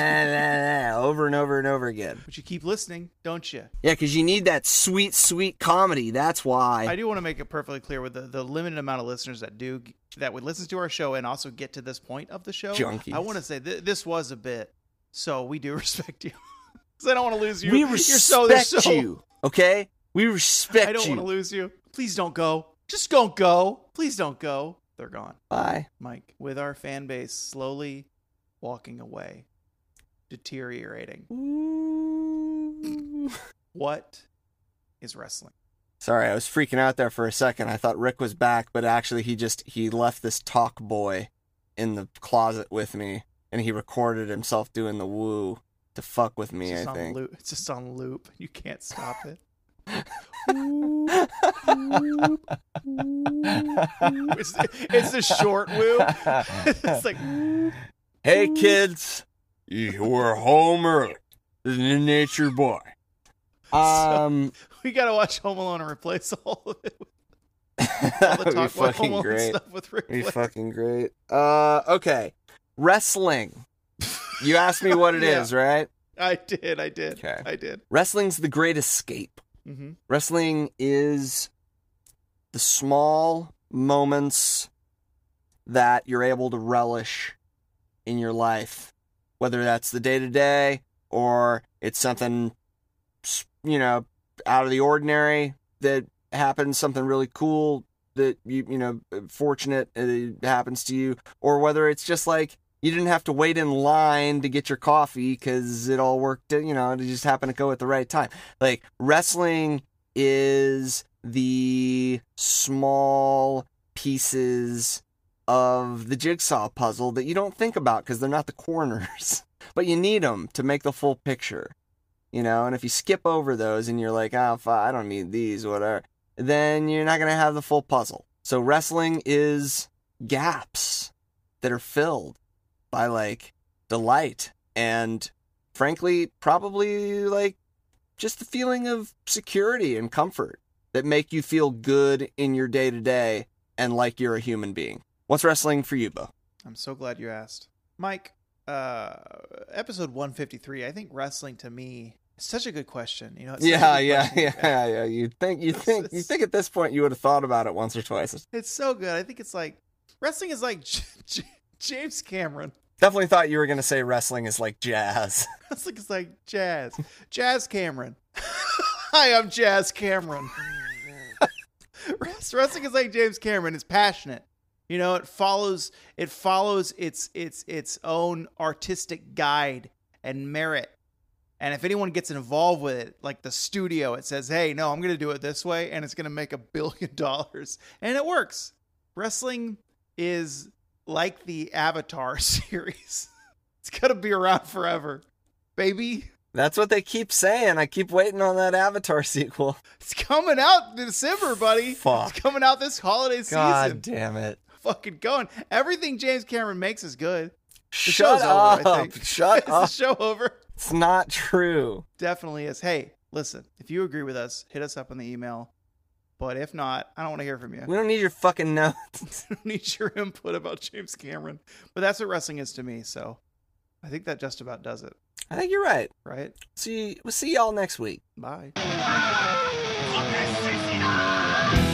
B: nah, nah, nah, over and over and over again.
A: But you keep listening, don't you?
B: Yeah, because you need that sweet, sweet comedy. That's why.
A: I do want to make it perfectly clear with the, the limited amount of listeners that do that would listen to our show and also get to this point of the show.
B: Junkies.
A: I want to say th- this was a bit, so we do <laughs> respect you. 'Cause I don't want to lose you.
B: we
A: You're
B: respect
A: so, there's so,
B: you, okay? We respect
A: I don't
B: you.
A: want to lose you. Please don't go. Just don't go. Please don't go. They're gone.
B: Bye.
A: Mike, with our fan base slowly walking away, deteriorating. What is wrestling?
B: Sorry, I was freaking out there for a second. I thought Rick was back, but actually he just he left this talk boy in the closet with me and he recorded himself doing the woo to fuck with me,
A: it's
B: I
A: just on
B: think. <laughs>
A: loop. <laughs> It's just on loop. You can't stop it. It's, it's the short woo. <laughs> it's like
B: hey kids, you were home early. This is the nature boy.
A: <laughs>
B: Um,
A: we gotta watch Home Alone and replace all of it. With all
B: <laughs> that
A: the
B: would
A: talk
B: be
A: about Home
B: fucking
A: Alone <laughs>
B: great.
A: stuff with
B: Be
A: replace.
B: fucking great. Uh, okay,
A: <laughs>
B: wrestling. You asked me what it is,
A: Yeah.
B: right?
A: I did. I did.
B: Okay.
A: I did.
B: Wrestling's the great escape.
A: Mm-hmm.
B: Wrestling is the small moments that you're able to relish in your life, whether that's the day to day or it's something, s- you know, out of the ordinary that happens, something really cool that you, you know, uh, fortunate it happens to you, or whether it's just like you didn't have to wait in line to get your coffee because it all worked, you know, it just happened to go at the right time. Like wrestling is the small pieces of the jigsaw puzzle that you don't think about because they're not the corners, <laughs> but you need them to make the full picture, you know. And if you skip over those and you're like, oh, fu- I don't need these, whatever, then you're not going to have the full puzzle. So wrestling is gaps that are filled by like delight and frankly, probably like just the feeling of security and comfort that make you feel good in your day to day and like you're a human being. What's wrestling for you, <laughs> Bo?
A: I'm so glad you asked, Mike. Uh, episode 153. I think wrestling to me is such a good question. You know. it's such a good question.
B: yeah. You think you
A: think- you think
B: at this point you would have thought about it once or twice.
A: It's so good. I think it's like wrestling is like <laughs> J- J- James Cameron.
B: Definitely thought you were gonna say wrestling is like jazz. <laughs>
A: <laughs> Wrestling is like jazz. Jazz Cameron. <laughs> Hi, I'm Jazz Cameron. <laughs> Wrest- Wrestling is like James Cameron. It's passionate. You know, it follows it follows its its its own artistic guide and merit. And if anyone gets involved with it, like the studio, it says, "Hey, no, I'm going to do it this way, and it's going to make a billion <laughs> dollars," and it works. Wrestling is like the Avatar <laughs> series; it's going to be around forever, baby.
B: That's what they keep saying. I keep waiting on that Avatar <laughs> sequel.
A: It's coming out in December, buddy.
B: Fuck.
A: It's coming out this holiday
B: God
A: season.
B: damn it.
A: Fucking going. Everything James Cameron makes is good. The
B: Shut
A: show's over, I
B: up.
A: think.
B: <laughs> Shut
A: <laughs> Is
B: up.
A: the show over?
B: It's not true.
A: Definitely is. Hey, listen, if you agree with us, hit us up on the email. But if not, I don't want to hear from you. <laughs>
B: We don't need your fucking notes.
A: I don't need your input about James Cameron. But that's what wrestling is to me. So I think that just about does it,
B: I think you're right.
A: right?
B: See, we'll see y'all next week.
A: Bye.
D: Fuck this sissy.